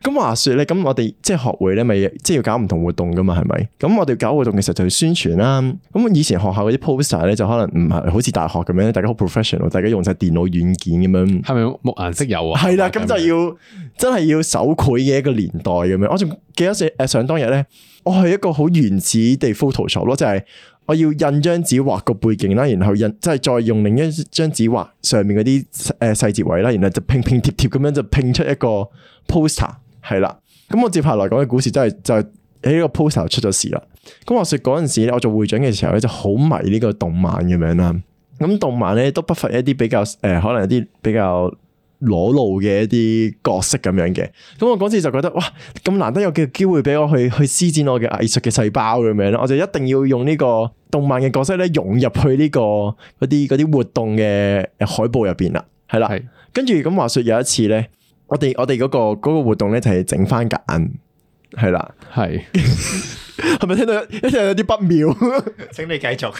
[SPEAKER 3] 咁話說咧，咁我哋即係學會咧，咪即係要搞唔同活動噶嘛，係咪？咁我哋搞活動嘅時候就要宣傳啦。咁以前學校嗰啲 poster 咧，就可能唔係好似大學咁樣，大家好 professional，大家用晒電腦軟件咁樣。
[SPEAKER 1] 係咪木顏色有啊？
[SPEAKER 3] 係啦，咁就要真係要手繪嘅一個年代咁樣。我仲記得上誒上當日咧，我係一個好原始地 Photoshop 咯，就係、我要印張紙畫個背景啦，然後印即係再用另一張紙畫上面嗰啲誒細節位啦，然後就拼拼貼貼咁樣就拼出一個 poster 係啦。咁我接下來講嘅故事真係就係喺呢個 poster 出咗事啦。咁話說嗰陣時咧，我做會長嘅時候咧，就好迷呢個動漫咁樣啦。咁動漫咧都不乏一啲比較誒、呃可能有啲比較裸露嘅一啲角色咁樣嘅。咁我嗰次就覺得哇，咁難得有嘅機會俾我去去施展我嘅藝術嘅細胞咁樣啦，我就一定要用呢個動漫嘅角色咧融入去呢、個嗰啲嗰啲活動嘅海報入邊啦，係啦
[SPEAKER 1] 係。
[SPEAKER 3] 跟住咁話說有一次咧，我哋我哋嗰、個嗰、個活動咧就係整番簡，係啦。
[SPEAKER 1] 係
[SPEAKER 3] 係咪聽到一定有啲不妙？
[SPEAKER 2] 請你繼續。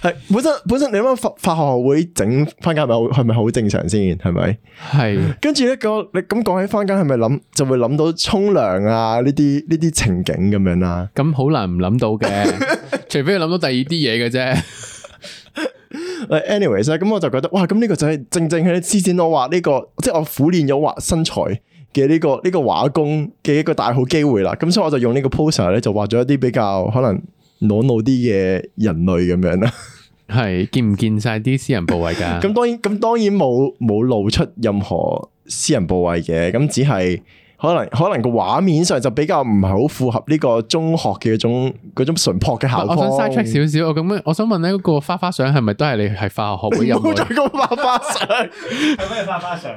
[SPEAKER 3] 係本身本身你諗下法法學學會整翻間係咪好係咪好正常先？係咪？
[SPEAKER 1] 係
[SPEAKER 3] 跟住咧個你咁講起翻間係咪諗就會諗到沖涼啊呢啲呢啲情景咁樣啦？
[SPEAKER 1] 咁好難唔諗到嘅，除非佢諗到第二啲嘢嘅啫。
[SPEAKER 3] anyways 啊咧，咁我就覺得哇，咁呢個就係正正係施展我畫呢、個，即係我苦練咗畫身材嘅呢、個呢、個畫工嘅一個大好機會啦。咁所以我就用呢個 poster 咧，就畫咗一啲比較可能裸露啲嘅人類咁樣啦。
[SPEAKER 1] 系见唔见晒啲私人部位噶？
[SPEAKER 3] 咁當然咁當然冇冇露出任何私人部位嘅，咁只係可能可能個畫面上就比較唔係好符合呢個中學嘅嗰種嗰種純樸嘅校
[SPEAKER 1] 我
[SPEAKER 3] 風。
[SPEAKER 1] 想 side check 少少，我咁樣，我想問咧，嗰個花花相係咪都係你係化學學會啊
[SPEAKER 3] 唔
[SPEAKER 1] 入
[SPEAKER 3] 好再
[SPEAKER 1] 會？
[SPEAKER 3] 咁花花 相，
[SPEAKER 2] 有咩花花 相？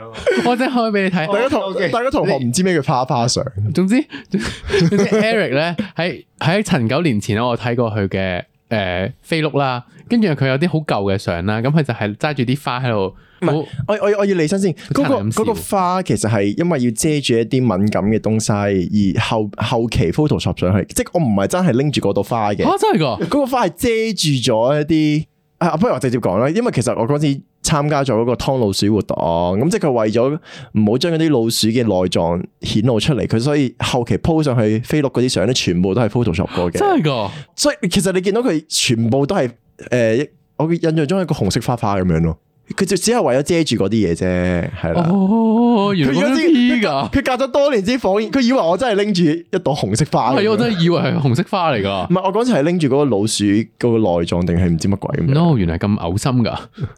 [SPEAKER 1] 我即係開俾你睇。
[SPEAKER 3] 大家同
[SPEAKER 2] OK
[SPEAKER 3] 大家同學唔知咩叫花花相。
[SPEAKER 1] 總之，總之 Eric 咧喺喺陳九年前咧，我睇過佢嘅誒飛碌啦，跟住佢有啲好舊嘅相啦，咁佢就係揸住啲花喺度，好
[SPEAKER 3] 我我我要理身先，嗰、個
[SPEAKER 1] 佢差
[SPEAKER 3] 嗰個
[SPEAKER 1] 兩
[SPEAKER 3] 花其實係因為要遮住一啲敏感嘅東西，而後後期 Photoshop 上去，即係我唔係真係拎住嗰朵花嘅。
[SPEAKER 1] 嚇啊真係噶，
[SPEAKER 3] 嗰個花係遮住咗一啲啊，不如我直接講啦，因為其實我嗰次參加咗嗰個湯老鼠活動，咁即係佢為咗唔好將嗰啲老鼠嘅內臟顯露出嚟，佢所以後期 po 上去飛鹿嗰啲相咧，全部都係 Photoshop 過
[SPEAKER 1] 真
[SPEAKER 3] 嘅，
[SPEAKER 1] 係噶，
[SPEAKER 3] 所以其實你見到佢全部都係誒、呃我印象中係一個紅色花花咁樣咯，佢就只係為咗遮住嗰啲嘢啫，係啦。
[SPEAKER 1] 哦，原
[SPEAKER 3] 佢
[SPEAKER 1] 來
[SPEAKER 3] 而家
[SPEAKER 1] 咁
[SPEAKER 3] 知
[SPEAKER 1] 樣 P 㗎，
[SPEAKER 3] 佢隔咗多年先火，佢以為我真係拎住一朵紅色花咁樣。
[SPEAKER 1] 係我真係以為係紅色花嚟㗎
[SPEAKER 3] 唔。係我嗰陣係拎住嗰個老鼠嗰個內臟定係唔知乜鬼咁樣。
[SPEAKER 1] No，原來咁嘔心㗎。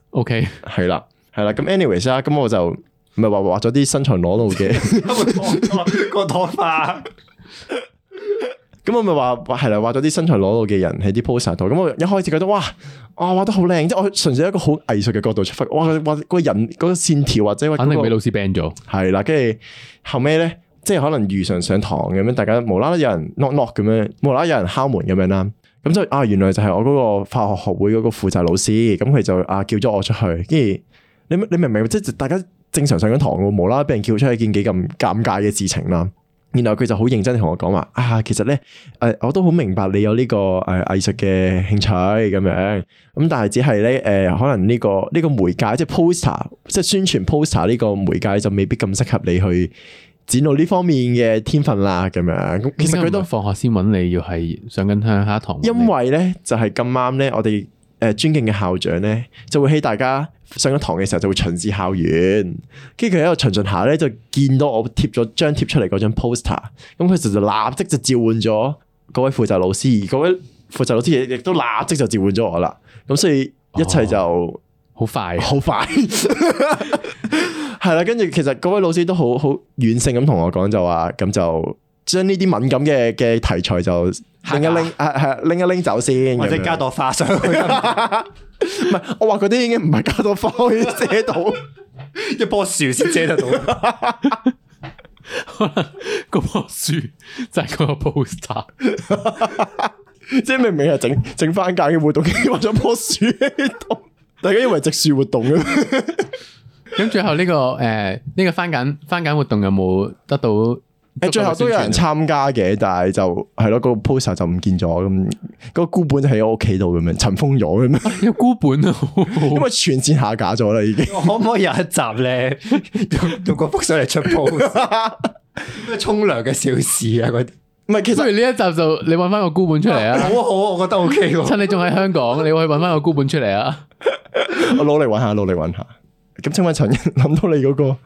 [SPEAKER 1] OK，
[SPEAKER 3] 系啦，系啦，咁 anyways 啦，咁我就唔係話畫咗啲身材裸 露嘅，
[SPEAKER 2] 個朵花，
[SPEAKER 3] 咁我咪話係啦，畫咗啲身材裸露嘅人喺啲 poster 度，咁我一開始覺得哇，啊畫得好靚，即係我純粹一個好藝術嘅角度出發，哇，哇個人嗰、個線條或者嗰、
[SPEAKER 1] 肯定
[SPEAKER 3] 個
[SPEAKER 1] 俾老師 ban 咗。
[SPEAKER 3] 係啦，跟住後尾咧，即係可能遇上上堂咁樣，大家無啦啦有人 knock knock 咁樣，無啦啦有人敲門咁樣啦。咁就啊，原來就係我嗰個化學學會嗰個負責老師，咁佢就啊叫咗我出去，跟住你你明唔明？即係大家正常上緊堂喎，無啦啦俾人叫出去，件幾咁尷尬嘅事情啦。然後佢就好認真地同我講話啊，其實咧，誒、我都好明白你有呢、個誒、藝術嘅興趣咁樣，咁但係只係咧誒，可能呢、個呢、個媒介即係 poster，即係宣傳 poster 呢個媒介就未必咁適合你去展露呢方面嘅天分啦咁樣。咁其實佢
[SPEAKER 1] 應該
[SPEAKER 3] 都
[SPEAKER 1] 唔係放學先揾你，要係上緊向下一堂揾你。
[SPEAKER 3] 因為咧就係咁啱咧，我哋誒尊敬嘅校長咧就會喺大家上緊堂嘅時候就會巡視校園，跟住佢喺度巡巡下咧就見到我貼呃咗張貼出嚟嗰張 poster，咁佢就就立即就召喚咗嗰位負責老師，而嗰位負責老師亦亦都立即就召喚咗我啦，咁所以一切就。
[SPEAKER 1] 好快，啊
[SPEAKER 3] 好快， 係啦。跟住其實嗰位老師都好好軟性咁同我講就話，咁就將呢啲敏感嘅嘅題材就拎一拎，係係拎一拎走先。
[SPEAKER 2] 或者
[SPEAKER 3] 咁樣
[SPEAKER 2] 加朵花上去，
[SPEAKER 3] 唔係我話嗰啲已經唔係加到花可以遮 到，
[SPEAKER 2] 一棵樹先遮得到。
[SPEAKER 1] 可能 嗰棵樹就係嗰個 poster。
[SPEAKER 3] 即係明明係整整番界嘅活動，跟住畫咗棵樹喺 度，大家以為植樹活動 嘅。
[SPEAKER 1] 咁最後呢個誒呢個翻緊翻緊活動有冇得到？
[SPEAKER 3] 誒，最後都有人參加嘅，但係就係咯，個 poster 就唔見咗咁，個孤本就喺我屋企度咁樣塵封咗咁 樣，
[SPEAKER 1] 有孤本啊！
[SPEAKER 3] 因為全線下架咗啦已經。
[SPEAKER 2] 可唔可以有一集咧， 用用個幅相嚟出 pose？咩 沖涼嘅小事啊，嗰啲
[SPEAKER 3] 唔係，其
[SPEAKER 1] 不如
[SPEAKER 3] 實
[SPEAKER 1] 呢一集就你揾翻個孤本出嚟
[SPEAKER 2] 好
[SPEAKER 1] 啊！
[SPEAKER 2] 啊好啊，我覺得 OK 喎。
[SPEAKER 1] 趁你仲喺香港，你去揾翻個孤本出嚟啊！
[SPEAKER 3] 我努力揾下，努力揾下。咁請問陳， 諗到你嗰、個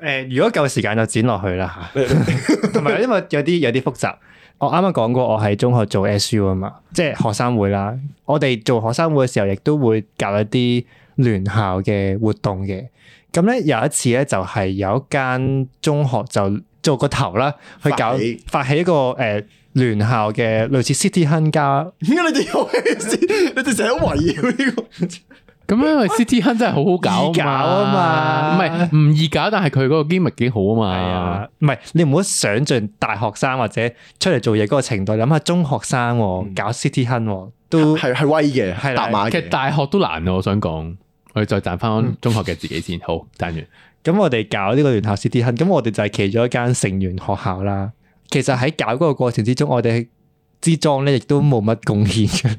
[SPEAKER 2] 诶、如果夠時間就剪落去 啦吓，同埋因為有啲有啲複雜。我啱啱講過，我喺中學做 SU 啊嘛，即係學生會啦。我哋做學生會嘅時候，亦都會搞一啲聯校嘅活動嘅。咁咧有一次咧，就係有一間中學就做個頭啦，去搞
[SPEAKER 3] 發起
[SPEAKER 2] 發起一個诶、呃、聯校嘅類似 City Hunt 加
[SPEAKER 3] 點解你哋有 事？你哋成日圍繞呢、
[SPEAKER 1] 咁因為 City Hunt 真係好好搞
[SPEAKER 2] 易搞啊嘛
[SPEAKER 1] 唔係唔易搞，但係佢嗰個 gimmick 幾好
[SPEAKER 2] 係
[SPEAKER 1] 啊嘛。
[SPEAKER 2] 啊，唔係你唔好想象大學生或者出嚟做嘢嗰個程度，諗下中學生喎、搞 City Hunt 喎、
[SPEAKER 3] 個
[SPEAKER 2] 都
[SPEAKER 3] 嗯係啊係威嘅，
[SPEAKER 2] 係啦
[SPEAKER 3] 搭馬
[SPEAKER 1] 其實
[SPEAKER 3] 嘅。
[SPEAKER 1] 大學都難啊，我想講，我哋再賺翻中學嘅自己先。好，賺完。
[SPEAKER 2] 咁我哋搞呢個聯校 City Hunt，咁我哋就係其中一間成員學校啦。其實喺搞嗰個過程之中，我哋之莊咧亦都冇乜貢獻嘅，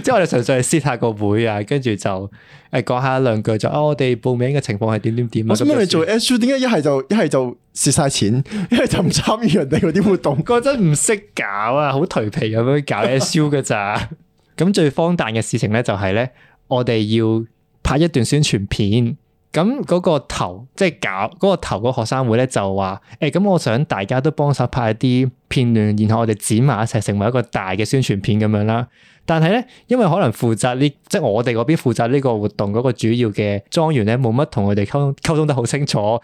[SPEAKER 2] 即係我哋純粹係 set 下個會啊，跟住就誒講下一兩句就啊，我哋報名嘅情況係點點點啊。
[SPEAKER 3] 我想
[SPEAKER 2] 咁
[SPEAKER 3] 問
[SPEAKER 2] 就
[SPEAKER 3] 你做
[SPEAKER 2] 算
[SPEAKER 3] S U 點解一係就一係就蝕晒錢，一係就唔參與人哋嗰啲活動？
[SPEAKER 2] 嗰陣唔識搞啊，好頹皮咁樣搞 SU 嘅咋。咁最荒誕嘅事情咧就係咧，我哋要拍一段宣傳片。咁嗰個頭即係搞嗰、個頭個學生會咧就話：誒咁我想大家都幫手拍一啲片段，然後我哋剪埋一齊成為一個大嘅宣傳片咁樣啦。但係咧，因為可能負責呢，即係我哋嗰邊負責呢個活動嗰個主要嘅莊園咧，冇乜同佢哋溝通溝通得好清楚。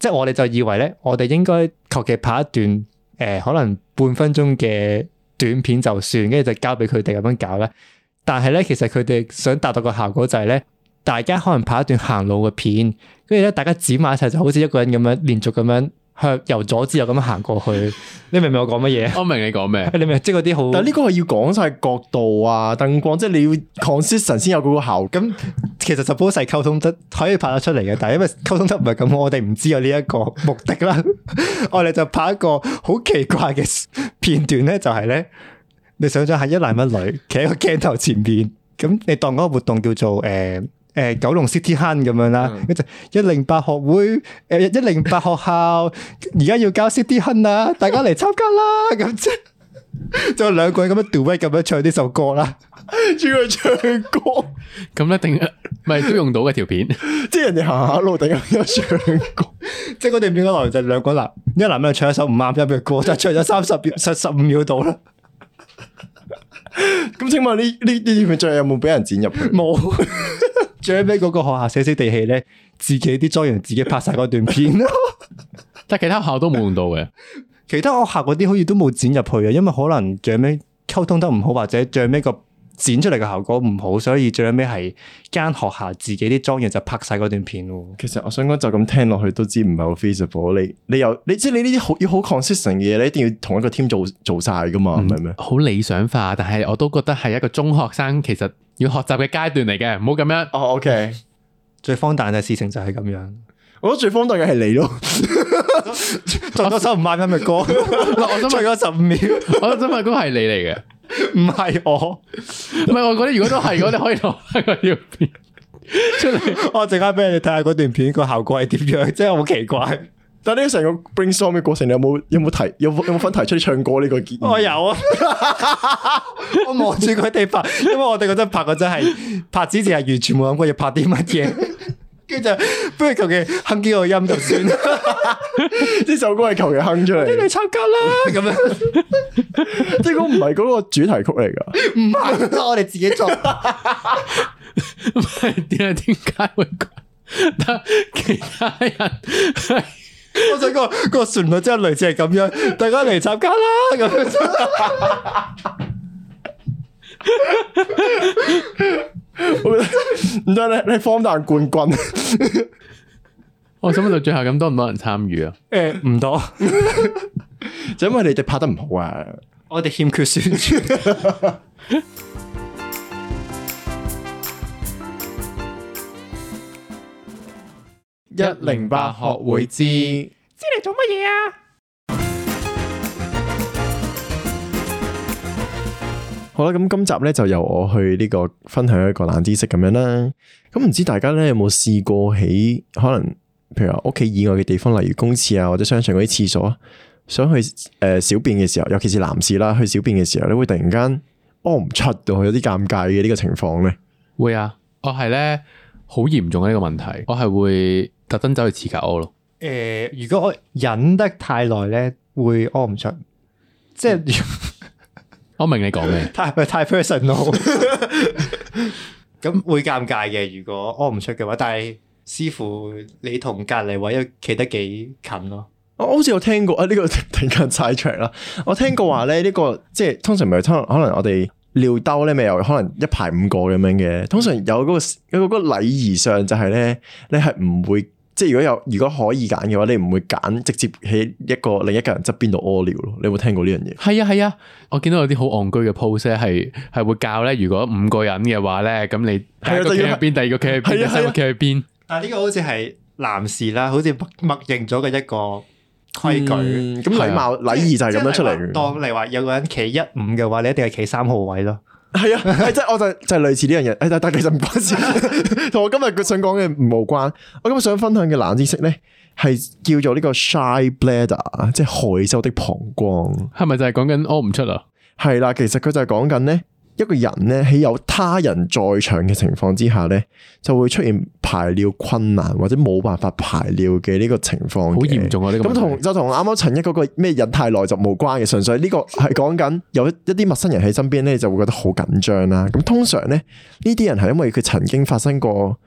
[SPEAKER 2] 即係我哋就以為咧，我哋應該求其拍一段誒、呃可能半分鐘嘅短片就算，跟住就交俾佢哋咁樣搞啦。但係咧，其實佢哋想達到個效果就係咧，大家可能拍一段行路嘅片，跟住咧大家剪埋一齊，就好似一個人咁樣連續咁樣向由左至右咁樣行過去。你明唔明我講乜嘢？
[SPEAKER 1] 我明你講咩？
[SPEAKER 2] 你明唔明即係嗰啲好。
[SPEAKER 3] 但呢個係要講晒角度啊、燈光，即係你要 consistent 先有嗰個效果。
[SPEAKER 2] 咁其實 suppose 係溝通得可以拍得出嚟嘅，但係因為溝通得唔係咁，我哋唔知有呢一個目的啦。 我哋就拍一個好奇怪嘅片段咧，就係咧，你想象係一男一女企喺個鏡頭前面，咁你當嗰個活動叫做誒。呃誒九龍 City Hunt 咁樣啦，跟住一零八學會，誒一零八學校，而家要搞 City Hunt 啦，大家嚟參加啦，咁即就兩個人咁樣 duet 咁樣唱呢首歌啦。
[SPEAKER 3] 主要係唱歌，
[SPEAKER 1] 咁一定咪都用到嘅條片，
[SPEAKER 3] 即係人哋行下路突然間有唱歌。
[SPEAKER 2] 即係嗰段片嘅內容就係兩個男，一男一女唱一首唔啱音嘅歌，就唱咗三十秒、 十十五秒到啦，
[SPEAKER 3] 咁請問呢呢呢段片最後有冇俾人剪入去？
[SPEAKER 2] 冇。 最尾嗰個學校死死地氣咧，自己啲莊園自己拍晒嗰段片 咯。
[SPEAKER 1] 但其他學校都冇用到嘅。
[SPEAKER 2] 其他學校嗰啲好似都冇剪入去嘅，因為可能最尾溝通得唔好，或者最尾個剪出嚟嘅效果唔好，所以最尾係間學校自己啲莊園就拍晒嗰段片咯。
[SPEAKER 3] 其實我想講就咁聽落去都知唔係好 feasible。你你又你即係你呢啲好要好 consistent 嘅嘢，你一定要同一個 team 做做晒噶嘛，唔係咩？
[SPEAKER 1] 好理想化，但係我都覺得係一個中學生其實要學習嘅階段嚟嘅，唔好咁樣。
[SPEAKER 3] 哦，OK，
[SPEAKER 2] 最荒誕嘅事情就係咁樣，
[SPEAKER 3] 我覺得最荒誕嘅係你咯。
[SPEAKER 2] 唱多首唔啱音嘅歌，
[SPEAKER 1] 嗱我想
[SPEAKER 2] 唱
[SPEAKER 1] 問，
[SPEAKER 2] 咗十五秒，
[SPEAKER 1] 我想問嗰個係你嚟嘅，
[SPEAKER 2] 唔係我。
[SPEAKER 1] 唔係我覺得如果都係，我哋可以攞翻個條片出嚟。
[SPEAKER 2] 我陣間俾你睇下嗰段片個效果係點樣，真係好奇怪。
[SPEAKER 3] 但係呢個成個 brainstorm 嘅過程，你有冇有冇提有冇有冇分提出唱歌呢個建議？
[SPEAKER 2] 我有啊， 我望住佢哋拍，因為我哋嗰陣拍嗰陣係拍之前係完全冇諗過要拍啲乜嘢，跟住就不如求其哼幾個音就算啦，
[SPEAKER 3] 呢首歌係求其哼出
[SPEAKER 2] 你
[SPEAKER 3] 嚟，
[SPEAKER 2] 參加啦咁樣。
[SPEAKER 3] 即係嗰個唔係嗰個主題曲嚟㗎。
[SPEAKER 2] 唔係，我哋自己作。
[SPEAKER 1] 唔係點解點解會講？但其他人
[SPEAKER 2] 我想講、個旋律真係類似係咁樣，大家嚟參加啦咁樣。
[SPEAKER 3] 我覺得 唔得你你荒誕冠軍。
[SPEAKER 1] 我想問到最後咁多唔多人參與啊？
[SPEAKER 2] 誒唔多，
[SPEAKER 3] 就因為你哋拍得唔好啊。
[SPEAKER 2] 我哋欠缺宣傳。
[SPEAKER 3] 一零八學會知，知
[SPEAKER 2] 知你做乜嘢啊？
[SPEAKER 3] 好啦，咁今集咧就由我去呢個分享一個冷知識咁樣啦。咁唔知大家咧有冇試過喺可能譬如話屋企以外嘅地方，例如公廁啊或者商場嗰啲廁所啊，想去誒、呃小便嘅時候，尤其是男士啦，去小便嘅時候，你會突然間屙唔出到，有啲尷尬嘅呢個情況咧。
[SPEAKER 1] 會啊，我係咧好嚴重嘅呢個問題，我係會特登走去廁格屙咯。
[SPEAKER 2] 誒、呃如果我忍得太耐咧，會屙唔出，即係
[SPEAKER 1] 我明你講 咩？
[SPEAKER 2] 太咪太 personal，咁會尷尬嘅。如果屙唔出嘅話，但係師傅你同隔離位又企得幾近咯，
[SPEAKER 3] 我好似有聽過啊！呢、個 突然間踩場啦，我聽過話咧，呢、個即係通常咪可能可能我哋尿兜咧，咪有可能一排五個咁樣嘅。通常有嗰、個有嗰個禮儀上就係咧，你係唔會即係如果有如果可以揀嘅話，你唔會揀直接喺一個另一個人側邊度屙尿咯。你有冇聽過呢樣嘢？
[SPEAKER 1] 係啊係啊，我見到有啲好戇居嘅 pose 咧，係係會教咧，如果五個人嘅話咧，咁你第
[SPEAKER 3] 係啊
[SPEAKER 1] 一個企
[SPEAKER 3] 就要
[SPEAKER 1] 喺邊，第二個企喺邊，
[SPEAKER 3] 係
[SPEAKER 1] 第
[SPEAKER 3] 啊
[SPEAKER 1] 三個企喺邊。
[SPEAKER 2] 但係呢個好似係男士啦，好似默默認咗嘅一個規矩。
[SPEAKER 3] 嗯咁禮貌禮儀就係咁樣出嚟嘅。
[SPEAKER 2] 當你話有個人企一五嘅話，你一定係企三號位咯。
[SPEAKER 3] 係啊， 係即係我就就係類似呢樣嘢，誒但但其實唔 關事，同我今日佢想講嘅無關。我今日想分享嘅冷知識咧，係叫做呢個 shy bladder，即係害羞的膀胱。
[SPEAKER 1] 係咪就係講緊屙唔出啊？
[SPEAKER 3] 係啦，其實佢就係講緊咧，一個人咧喺有他人在場嘅情況之下咧，就會出現排尿困難或者冇辦法排尿嘅呢個情況。好
[SPEAKER 1] 好嚴重啊呢個問
[SPEAKER 3] 咁
[SPEAKER 1] 題
[SPEAKER 3] 同就同啱啱陳一嗰個咩忍太耐就冇關嘅，純粹呢個 係講緊有一啲陌生人喺身邊咧，就會覺得好緊張啦。咁通常咧呢啲人係因為佢曾經發生過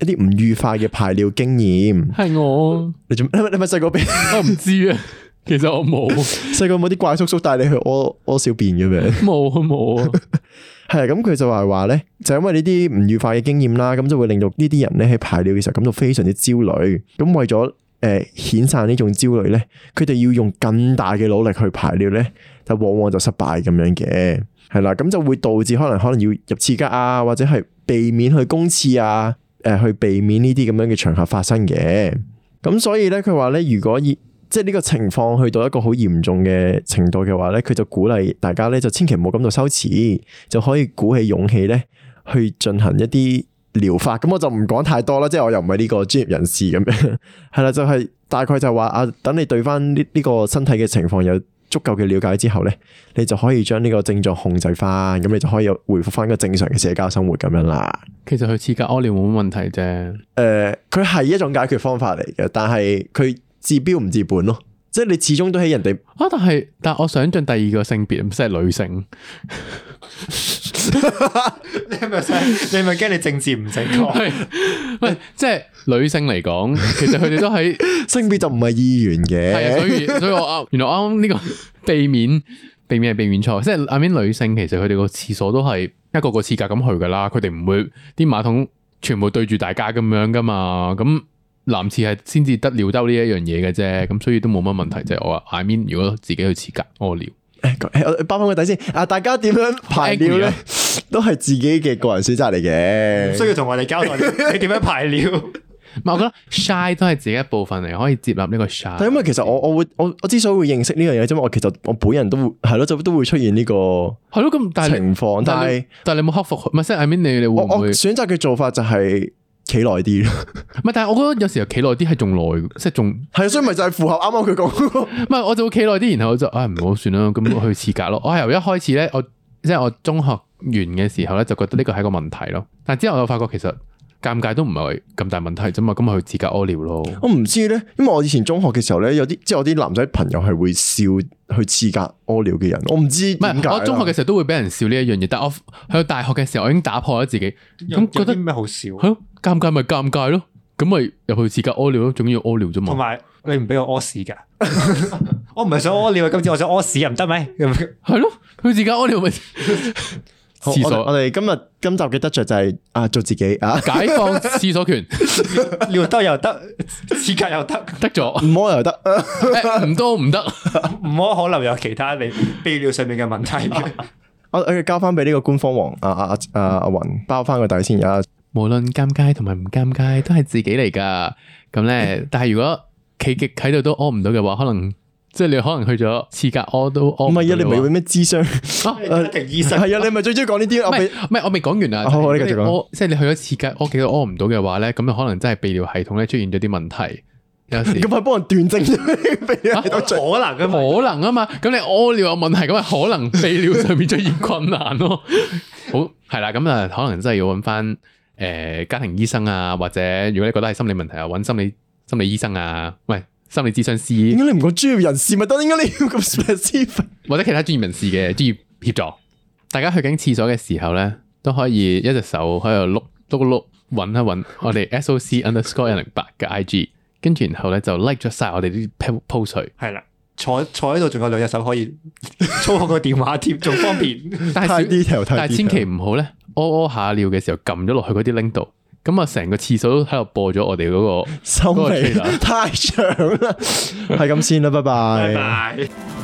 [SPEAKER 3] 一啲唔愉快嘅排尿經驗。
[SPEAKER 1] 系我，
[SPEAKER 3] 你做 咩你咪細個俾
[SPEAKER 1] 我唔知 啊。其實我冇，啊
[SPEAKER 3] 細個有冇啲怪叔叔帶你去屙屙小便咁樣？
[SPEAKER 1] 冇啊，冇啊。
[SPEAKER 3] 系咁，佢就係話咧，就因為呢啲唔愉快嘅經驗啦，咁就會令到呢啲人咧喺排尿嘅時候感到非常之焦慮。咁為咗诶遣散呢種焦慮咧，佢哋要用更大嘅努力去排尿咧，就往往就失敗咁樣嘅。係啦，咁就會導致可能可能要入廁格啊，或者係避免去公廁啊，诶、去避免呢啲咁樣嘅場合發生嘅。咁所以咧，佢話咧，如果以即係呢個情況去到一個好嚴重嘅程度嘅話咧，佢就鼓勵大家咧就千祈唔好感到羞恥，就可以鼓起勇氣咧去進行一啲療法。咁我就唔講太多啦，即係我又唔係呢個專業人士咁樣， 係啦，就係、大概就話啊，等你對翻呢呢個身體嘅情況有足夠嘅了解之後咧，你就可以將呢個症狀控制翻，咁你就可以有回復翻個正常嘅社交生活咁樣啦。
[SPEAKER 1] 其實去廁格屙尿冇乜問題啫。
[SPEAKER 3] 诶，佢係一種解決方法嚟嘅，但係佢治標唔治本咯。即係你始終都喺人哋
[SPEAKER 1] 啊，但係但我想象第二個性別，即係女性。
[SPEAKER 2] 你係咪想？你係咪驚你政治唔正 確？
[SPEAKER 1] 係喂，即係女性嚟講，其實佢哋都 喺
[SPEAKER 3] 性別就唔係意願
[SPEAKER 1] 係啊，所
[SPEAKER 3] 嘅，
[SPEAKER 1] 以所以我啱，原來啱啱呢個避免避免係避免錯，即係 I mean 女性其實佢哋個廁所都係一個個廁格咁去噶啦，佢哋唔會啲馬桶全部對住大家咁樣噶嘛，咁男廁係先至得尿兜呢一樣嘢嘅啫，咁所以都冇乜問題啫。我話 I mean 如果自己去廁格屙尿，
[SPEAKER 3] 誒我包翻個底先。啊，大家點樣排尿
[SPEAKER 1] Angry
[SPEAKER 3] 咧
[SPEAKER 1] 啊，
[SPEAKER 3] 都係自己嘅個人選擇嚟
[SPEAKER 2] 唔
[SPEAKER 3] 嘅。
[SPEAKER 2] 需要同我哋交代你點樣排尿。
[SPEAKER 1] 唔係我覺得 shy 都係自己一部分嚟，可以接納呢個 shy。
[SPEAKER 3] 但因為其實我我會我我之所以會認識呢樣嘢啫嘛，我其實我本人都會係咯，就都會出現呢個
[SPEAKER 1] 係咯，咁但係你
[SPEAKER 3] 情況，
[SPEAKER 1] 但
[SPEAKER 3] 但
[SPEAKER 1] 係
[SPEAKER 3] 係
[SPEAKER 1] 你但係你冇克服佢，唔係即係 I mean 你你會
[SPEAKER 3] 我
[SPEAKER 1] 唔
[SPEAKER 3] 我
[SPEAKER 1] 會？
[SPEAKER 3] 選擇嘅做法就係企耐啲咯。
[SPEAKER 1] 唔係，但係我覺得有時候企耐啲係仲耐， 即係仲
[SPEAKER 3] 係啊，所以咪就係符合啱啱佢講嗰個。
[SPEAKER 1] 唔係，我就會企耐啲，然後我就啊唉唔好算啦，咁我去廁格咯。我係由一開始咧，我即係我中學完嘅時候咧，就覺得呢個係一個問題咯。但之後我又發覺其實尷尬都唔係咁大問題啫嘛，咁咪去廁格屙尿咯。
[SPEAKER 3] 我唔知咧，因為我以前中學嘅時候咧，有啲即係我啲男仔朋友係會笑去刺格屙尿嘅人，我唔知
[SPEAKER 1] 唔
[SPEAKER 3] 點解
[SPEAKER 1] 係，
[SPEAKER 3] 啊啦。
[SPEAKER 1] 我中學嘅時候都會俾人笑呢一樣嘢，但我去到大學嘅時候，我已經打破咗自己，咁覺得
[SPEAKER 2] 有啲咩好笑？
[SPEAKER 1] 係咯，尷尬咪尷尬咯，咁咪入去廁格屙尿咯，總要屙尿啫
[SPEAKER 2] 同
[SPEAKER 1] 嘛。
[SPEAKER 2] 埋你唔俾我屙 屎噶，我唔係想屙尿啊！今次我想屙屎啊，唔得咪？咁
[SPEAKER 1] 係咯，去廁格屙尿咪
[SPEAKER 3] 好
[SPEAKER 1] 廁
[SPEAKER 3] 我哋我
[SPEAKER 1] 所
[SPEAKER 3] 哋今日今集嘅得着就係啊做自己啊，
[SPEAKER 1] 解放廁所權
[SPEAKER 2] 尿得又得，屎格又得，
[SPEAKER 1] 得咗
[SPEAKER 3] 唔，屙又得。
[SPEAKER 1] 誒唔多唔得。
[SPEAKER 2] 唔屙可能有其他你 泌尿上面嘅問題嘅。
[SPEAKER 3] 我我啊哋交翻俾呢個官方王啊啊
[SPEAKER 1] 嗯
[SPEAKER 3] 啊啊阿云包翻個底先啊。
[SPEAKER 1] 無論尷尬同埋唔尷尬都係自己嚟噶。咁 咧，但係如果企極喺度都屙唔到嘅話，可能即係你可能去咗廁格屙都屙
[SPEAKER 3] 唔
[SPEAKER 1] 唔到
[SPEAKER 3] 係啊，
[SPEAKER 1] 嘅
[SPEAKER 3] 你
[SPEAKER 1] 話
[SPEAKER 3] 咪會咩諮商？
[SPEAKER 1] 啊
[SPEAKER 2] 家庭醫生
[SPEAKER 3] 係啊，你咪最中意講呢啲。我
[SPEAKER 1] 唔係
[SPEAKER 3] 俾
[SPEAKER 1] 唔係，我未講完啊！
[SPEAKER 3] 好好
[SPEAKER 1] 就係
[SPEAKER 3] 你繼續
[SPEAKER 1] 如
[SPEAKER 3] 講
[SPEAKER 1] 果你屙即係你去咗廁格屙幾都屙唔到嘅話咧，咁就可能真係泌尿系統咧出現咗啲問題。有時
[SPEAKER 3] 咁係幫人斷症啫，俾
[SPEAKER 1] 啊
[SPEAKER 3] 你喺度
[SPEAKER 2] 可
[SPEAKER 3] 做
[SPEAKER 2] 能噶嘛，
[SPEAKER 1] 可能啊嘛，咁你屙尿有問題，咁咪可能泌尿上面出現困難咯。好係啦，咁啊，可能真係要揾翻誒家庭醫生啊，或者如果你覺得係心理問題啊，揾心理心理醫生啊，喂，心理諮詢
[SPEAKER 3] 點
[SPEAKER 1] 師
[SPEAKER 3] 解你唔講專業人士咪得？點解你要咁 specific？
[SPEAKER 1] 或者其他專業人士嘅專業協助。大家去緊廁所嘅時候咧，都可以一隻手喺度碌碌碌揾一揾我哋 SOC underscore 一零八嘅 IG，跟住然後咧就 like 咗晒我哋啲 post 佢
[SPEAKER 2] 係啦。坐坐喺度仲有兩隻手可以操控個電話添，仲方便。
[SPEAKER 1] 但係
[SPEAKER 3] 太
[SPEAKER 1] 小
[SPEAKER 3] detail，太
[SPEAKER 1] 但係千
[SPEAKER 3] detail
[SPEAKER 1] 祈唔好咧，屙屙下尿嘅時候撳咗落去嗰啲 link 度，咁啊成個廁所都喺度播咗我哋嗰、個。
[SPEAKER 3] 收
[SPEAKER 1] 嗰個
[SPEAKER 3] 尾
[SPEAKER 1] trailer
[SPEAKER 3] 太長啦，係咁先啦，拜
[SPEAKER 2] 拜拜。